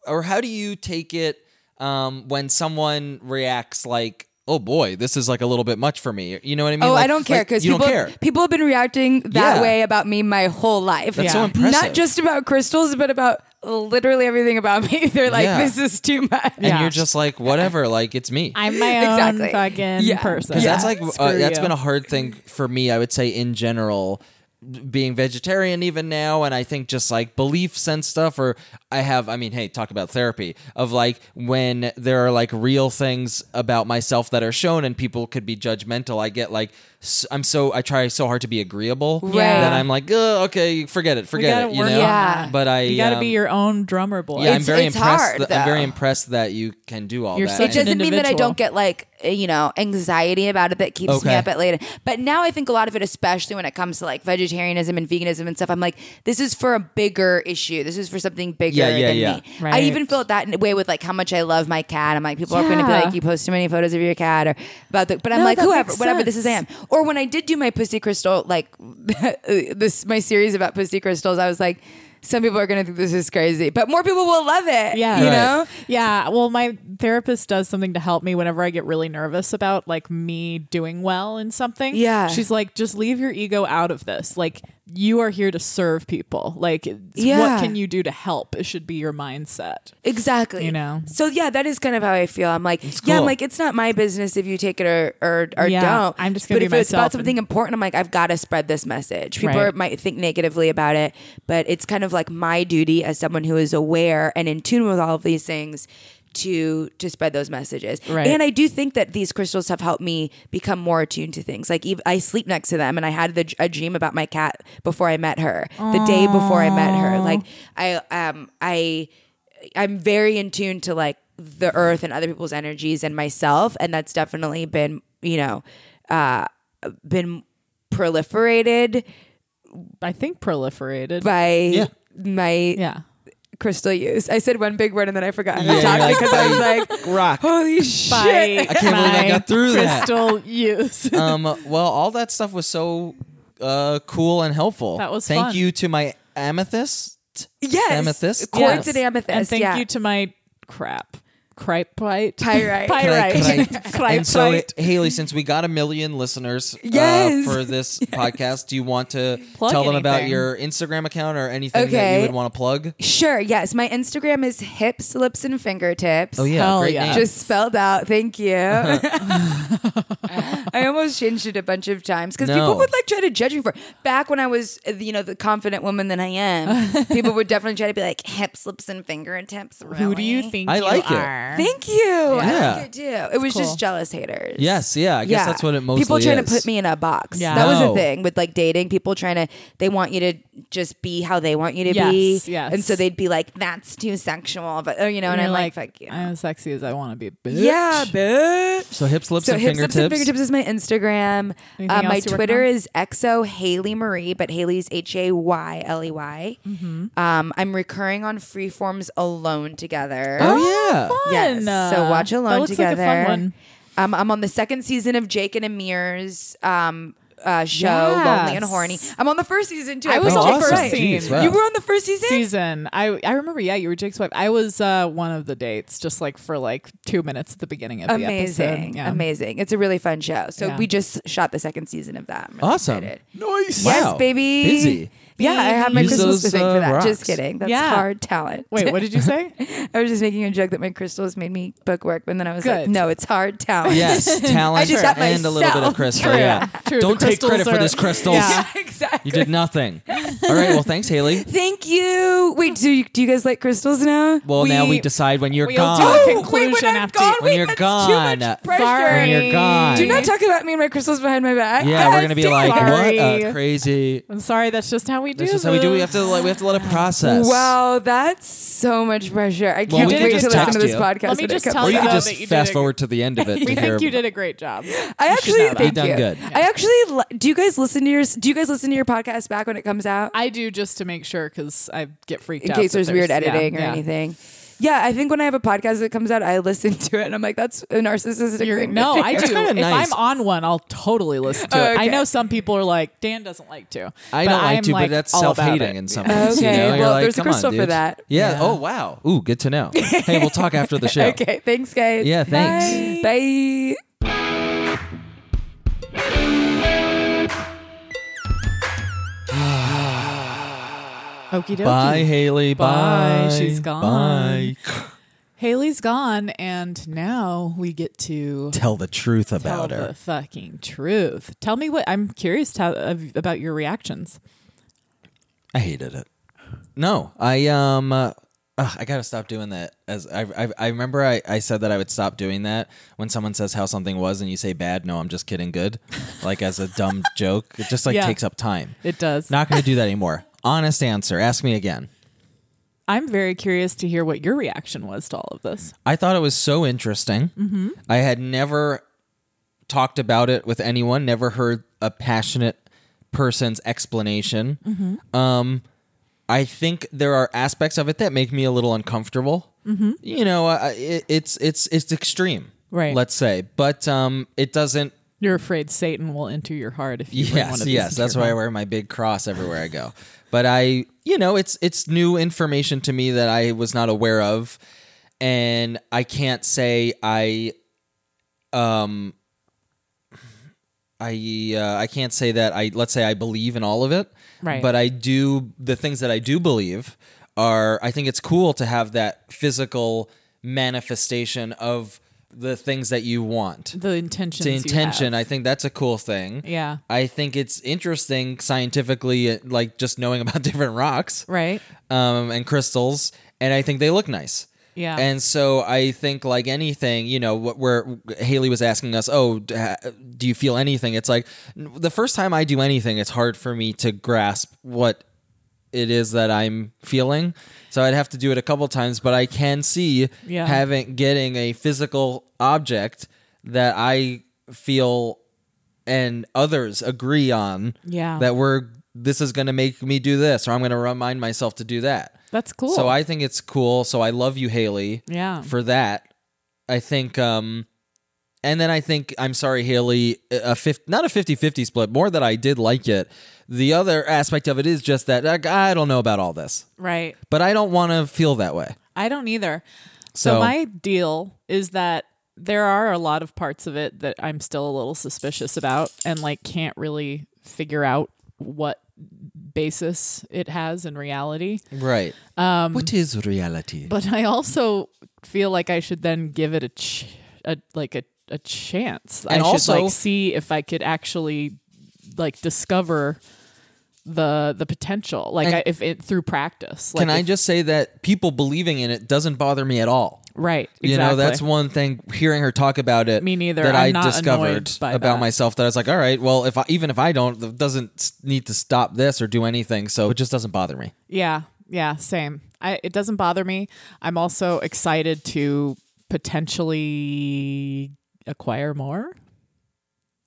or how do you take it um when someone reacts like oh boy this is like a little bit much for me you know what i mean
Oh,
Like-
I don't care
like,
because
you
people
don't care
people have been reacting that
Yeah.
way about me my whole life.
That's so Yeah. impressive.
Not just about crystals, but about literally everything about me. They're like,
Yeah.
this is too much.
and you're just like whatever like it's me
I'm my own
Exactly.
fucking
Yeah.
person.
Because
Yeah.
that's like
Screw
uh, that's
you.
been a hard thing for me. I would say in general, b- being vegetarian even now, and I think just like beliefs and stuff. Or I have, I mean, hey, talk about therapy of like when there are like real things about myself that are shown, and people could be judgmental. I get like s- I'm so I try so hard to be agreeable that I'm like, "Ugh, okay, forget it,
We
forget
gotta
it. You
work
know,
on
Yeah.
that.
but I
you gotta be
um,
your own drummer boy.
yeah, I'm
It's-
very
it's
impressed.
hard,
that, I'm very
though.
impressed that you can do all
You're
that.
such
It
And-
an
doesn't mean that I
individual.
don't get like uh, you know anxiety about it that keeps me
Okay.
up at late. But now I think a lot of it, especially when it comes to like vegetarianism and veganism and stuff, I'm like, this is for a bigger issue. This is for something bigger
Yeah, yeah,
than
yeah.
me. I
Right.
even felt that in a way with like how much I love my cat. I'm like, people are going to be
Yeah.
like, you post too many photos of your cat or about the. But I'm
No,
like,
that
whoever,
makes
whatever. This is I am.
sense.
Or when I did do my pussy crystal, like this my series about pussy crystals, I was like. Some people are going to think this is crazy, but more people will love it.
Yeah.
You
Right.
know?
Yeah, well, my therapist does something to help me whenever I get really nervous about like me doing well in something.
Yeah.
she's like, just leave your ego out of this. Like, you are here to serve people. Like, it's
Yeah.
what can you do to help? It should be your mindset.
Exactly.
You know?
So yeah, that is kind of how I feel. I'm like, yeah,
cool.
I'm like, it's not my business if you take it or or, or
Yeah,
don't.
I'm just gonna
But
be
if it's about
myself
something
and-
important, I'm like, I've got to spread this message. People
Right.
are- might think negatively about it, but it's kind of like my duty as someone who is aware and in tune with all of these things to to spread those messages.
Right.
And I do think that these crystals have helped me become more attuned to things. Like ev I sleep next to them, and I had the, a dream about my cat before I met her, the day before I met her. Like I um I. I'm very in tune to like the earth and other people's energies and myself, and that's definitely been you know uh, been proliferated
I think proliferated.
by
Yeah.
my
yeah,
crystal use. I said one big word and then I forgot how to
Yeah,
talk
you're like,
because I was like,
rock.
holy shit.
by I
can't believe I got through that.
crystal use.
um, well, all that stuff was so uh, cool and helpful.
That was
Thank
fun.
you to my amethyst.
Yes,
Amethyst?
quartz
Yes.
and amethyst.
and thank
yeah.
you to my crap, cripite,
Pyrite.
pyrite,
and so,
Cripite.
it, Haley, since we got a million listeners uh,
Yes.
for this podcast, do you want to
Plug
tell them about
anything.
your Instagram account or anything that you
Okay.
would want to plug?
Sure. Yes, my Instagram is hips, lips, and fingertips.
Oh, yeah.
Hell
great
yeah.
name.
Just spelled out. Thank you. I almost changed it a bunch of times because
No.
people would like try to judge me for. Back when I was, uh, you know, the confident woman that I am, people would definitely try to be like hips, lips, and fingertips. Really?
Who do you think
I
you
like it.
are?
Thank you.
Yeah.
I like it too. It was
cool.
just jealous haters.
Yes, yeah, I guess that's what it mostly
People trying
is.
to put me in a box.
Yeah.
That was
No.
a thing with like dating. People trying to they want you to just be how they want you to be.
Yes, yes.
And so they'd be like, "That's too sexual," but oh, you know, and,
You're
I'm like, "Fuck you."
I'm as sexy as I want to be. Bitch.
yeah, bitch.
so, hips, lips,
So
and
hips, lips,
fingertips.
and fingertips is my Instagram.
Anything
Uh, my
else you're working
Twitter
on?
is exo Haley Marie, but Haley's H A Y L E Y.
Mm-hmm.
Um, I'm recurring on Freeform's Alone Together.
Oh yeah.
Fun.
Yes. So watch
That
Alone
looks like a fun
together.
one.
Um, I'm on the second season of Jake and Amir's um, uh, show,
Yes.
Lonely and Horny. I'm on the first season too.
I was
Oh,
on the
awesome.
first
Jeez,
scene.
wow.
You were on the first season.
season. I I remember. Yeah, you were Jake's wife. I was uh, one of the dates, just like for like two minutes at the beginning of the
Amazing,
episode. Yeah.
amazing! It's a really fun show. So
Yeah.
we just shot the second season of that. I'm really
Awesome.
excited.
Nice.
Yes, baby.
Busy.
Yeah, I have my
Use
crystals
those,
thing
uh,
for that.
rocks.
Just kidding. That's
Yeah.
hard talent.
Wait, what did you say?
I was just making a joke that my crystals made me book work, but then I was like,
Good.
no, it's hard talent.
Yes, talent
I just got
and a little bit of
myself.
crystal.
True.
Yeah.
True.
Don't
The
take credit
crystals
for this
are-
crystals.
Yeah.
exactly.
You did nothing. All right. Well, thanks, Haley.
Thank you. Wait, do you, do you guys like crystals now?
Well, now
We-
we decide when you're
we'll do
gone.
it. conclusion
Oh, wait, when I'm
after-
gone,
when
wait,
you're
that's
gone.
too much pressure.
Sorry.
When you're gone.
Do not talk about me and my crystals behind my back.
yeah, we're gonna be like,
Sorry.
what a crazy.
I'm sorry. That's just how we do.
This is how we do. it. We
this.
have to. Like, we have to let it process.
Wow, that's so much pressure. I
Well,
can't
we can
wait
just
to listen
text
to this
you.
podcast.
Let me
when it
just
comes
tell
Or you
you
out.
could
know
just
that you did
fast
a-
forward to the end of it.
We
to hear
think you did a great job.
I actually
that.
thank
You've done
you.
good.
I actually li- do. You guys listen to your do you guys listen to your podcast back when it comes out?
I do just to make sure because I get freaked
in
out
case
that
there's weird
yeah,
editing or
yeah.
anything. Yeah, I think when I have a podcast that comes out, I listen to it and I'm like, that's a narcissistic
You're-
thing.
no, I do.
kinda
If
nice.
I'm on one, I'll totally listen to
Oh,
it. I
okay.
know some people are like Dan doesn't like to.
I
but
don't like
I'm
to, but that's
all about
self-hating
it.
in some ways.
Okay,
you know? You're
well,
like,
there's a
"Come on,
crystal for
dude."
that.
Yeah. Oh wow. Ooh, good to know. Hey, we'll talk after the show.
Okay, thanks, guys.
Yeah. Thanks.
Bye.
Okie dokie.
Bye, Haley. Bye.
Bye. She's gone.
Bye.
Haley's gone, and now we get to
Tell the truth
tell
about her.
the fucking truth. Tell me what I'm curious to, of- about your reactions.
I hated it. No, I um, uh, ugh, I gotta stop doing that. As I, I, I remember, I, I said that I would stop doing that when someone says how something was and you say bad. No, I'm just kidding. Good, like as a dumb joke. It just like
Yeah.
takes up time.
It does.
Not gonna do that anymore. Honest answer. Ask me again.
I'm very curious to hear what your reaction was to all of this.
I thought it was so interesting. I had never talked about it with anyone, never heard a passionate person's explanation. Um, I think there are aspects of it that make me a little uncomfortable. You know, I, I- it, it's it's it's extreme,
Right.
Let's say, but um, it doesn't.
You're afraid Satan will enter your heart if you bring one
Yes,
of these
yes,
into
that's
your
why I
home.
wear my big cross everywhere I go. But I, you know, it's it's new information to me that I was not aware of, and I can't say I um I uh, I can't say that I let's say I believe in all of it,
Right.
But I do the things that I do believe are I think it's cool to have that physical manifestation of the things that you want.
the intention.
The intention, I think that's a cool thing.
Yeah.
I think it's interesting scientifically, uh, like just knowing about different rocks,
right.
um, and crystals, and I think they look nice.
Yeah.
And so I think, like anything, you know, what where Haley was asking us, oh, d- ha- do you feel anything? It's like n- the first time I do anything, it's hard for me to grasp what it is that I'm feeling. So I'd have to do it a couple times, but I can see
Yeah.
having getting a physical object that I feel and others agree on
Yeah.
that we're this is going to make me do this or I'm going to remind myself to do that.
That's cool.
So I think it's cool. So I love you, Haley.
Yeah.
For that, I think. um And then I think I'm sorry, Haley. A fifth, not a 50-50 split. More that I did like it. The other aspect of it is just that like, I don't know about all this,
right.
but I don't want to feel that way.
I don't either.
So-
so my deal is that there are a lot of parts of it that I'm still a little suspicious about and like can't really figure out what basis it has in reality.
Right. Um, what is reality?
But I also feel like I should then give it a, ch- a like a, a chance. I
And
should
also-
like see if I could actually like discover the the potential like
And-
I, if it through practice like
Can I
if-
just say that people believing in it doesn't bother me at all?
right exactly.
You know, that's one thing. Hearing her talk about it,
Me neither.
That
I'm
I
not
discovered
annoyed by
about
that.
myself. That I was like, all right, well, if I, even if I don't, it doesn't s- need to stop this or do anything. So it just doesn't bother me.
Yeah, yeah, same. I, it doesn't bother me. I'm also excited to potentially acquire more.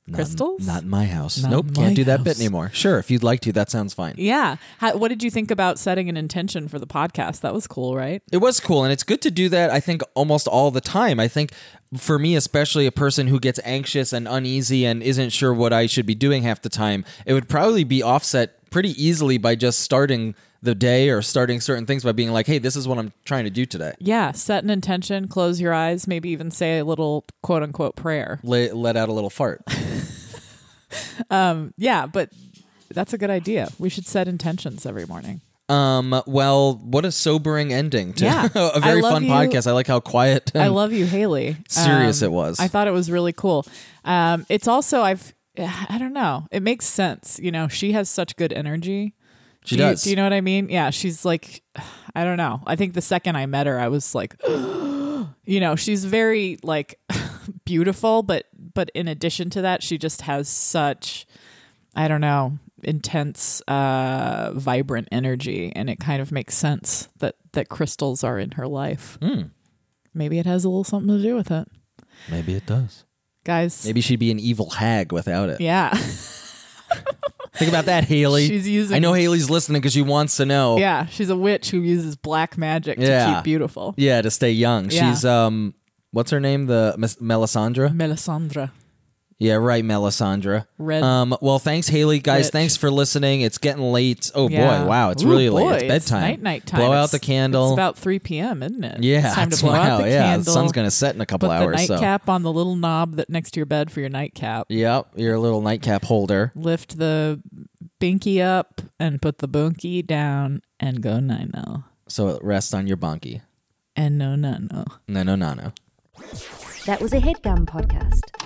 Not-
Crystals?
Not in my house.
Not
nope,
in
can't
my
do that bit
house. E
anymore. Sure, if you'd like to, that sounds fine.
Yeah. How, what did you think about setting an intention for the podcast? That was cool, right?
It was cool, and it's good to do that. I think almost all the time. I think for me, especially a person who gets anxious and uneasy and isn't sure what I should be doing half the time, it would probably be offset pretty easily by just starting the day or starting certain things by being like, "Hey, this is what I'm trying to do today."
Yeah. Set an intention, close your eyes, maybe even say a little quote unquote prayer.
Let, let out a little fart.
Yeah, but that's a good idea. We should set intentions every morning.
Um, well, what a sobering ending to
Yeah.
a
I
very
love
fun
you.
podcast. I like how quiet.
I
and-
love you, Haley. Um,
serious it was.
I thought it was really cool. Um, it's also I've I don't know. It makes sense. You know, she has such good energy.
She
do you-
does.
do you know what I mean? Yeah, she's like, I don't know. I think the second I met her, I was like, you know, she's very like beautiful, but but in addition to that, she just has such, I don't know, intense, uh, vibrant energy, and it kind of makes sense that that crystals are in her life.
Hmm.
Maybe it has a little something to do with it,
Maybe it does.
guys.
Maybe she'd be an evil hag without it.
Yeah.
Think about that, Haley.
She's using-
I know Haley's listening because she wants to know.
Yeah, she's a witch who uses black magic to
Yeah.
keep beautiful.
Yeah, to stay young.
Yeah.
She's um, what's her name? The Mes- Melisandre.
Melisandre.
Yeah, right, Melisandre.
Red.
Um, well, thanks, Haley, guys.
Rich.
Thanks for listening. It's getting late. Oh
Yeah.
boy, wow, it's
Ooh,
really
boy,
late. It's bedtime.
Night night time.
Blow
It's-
out the candle.
It's about three p.m., isn't it?
yeah,
it's time to
it's-
blow
wow,
out the
yeah.
candle.
The sun's gonna set in a couple
put
hours.
the
so.
nightcap on the little knob that next to your bed for your nightcap.
Yep, your little nightcap holder.
Lift the binky up and put the bunky down and go nine no
So it rests on your bonky.
and no no no.
No, no, no, no.
That was a headgum podcast.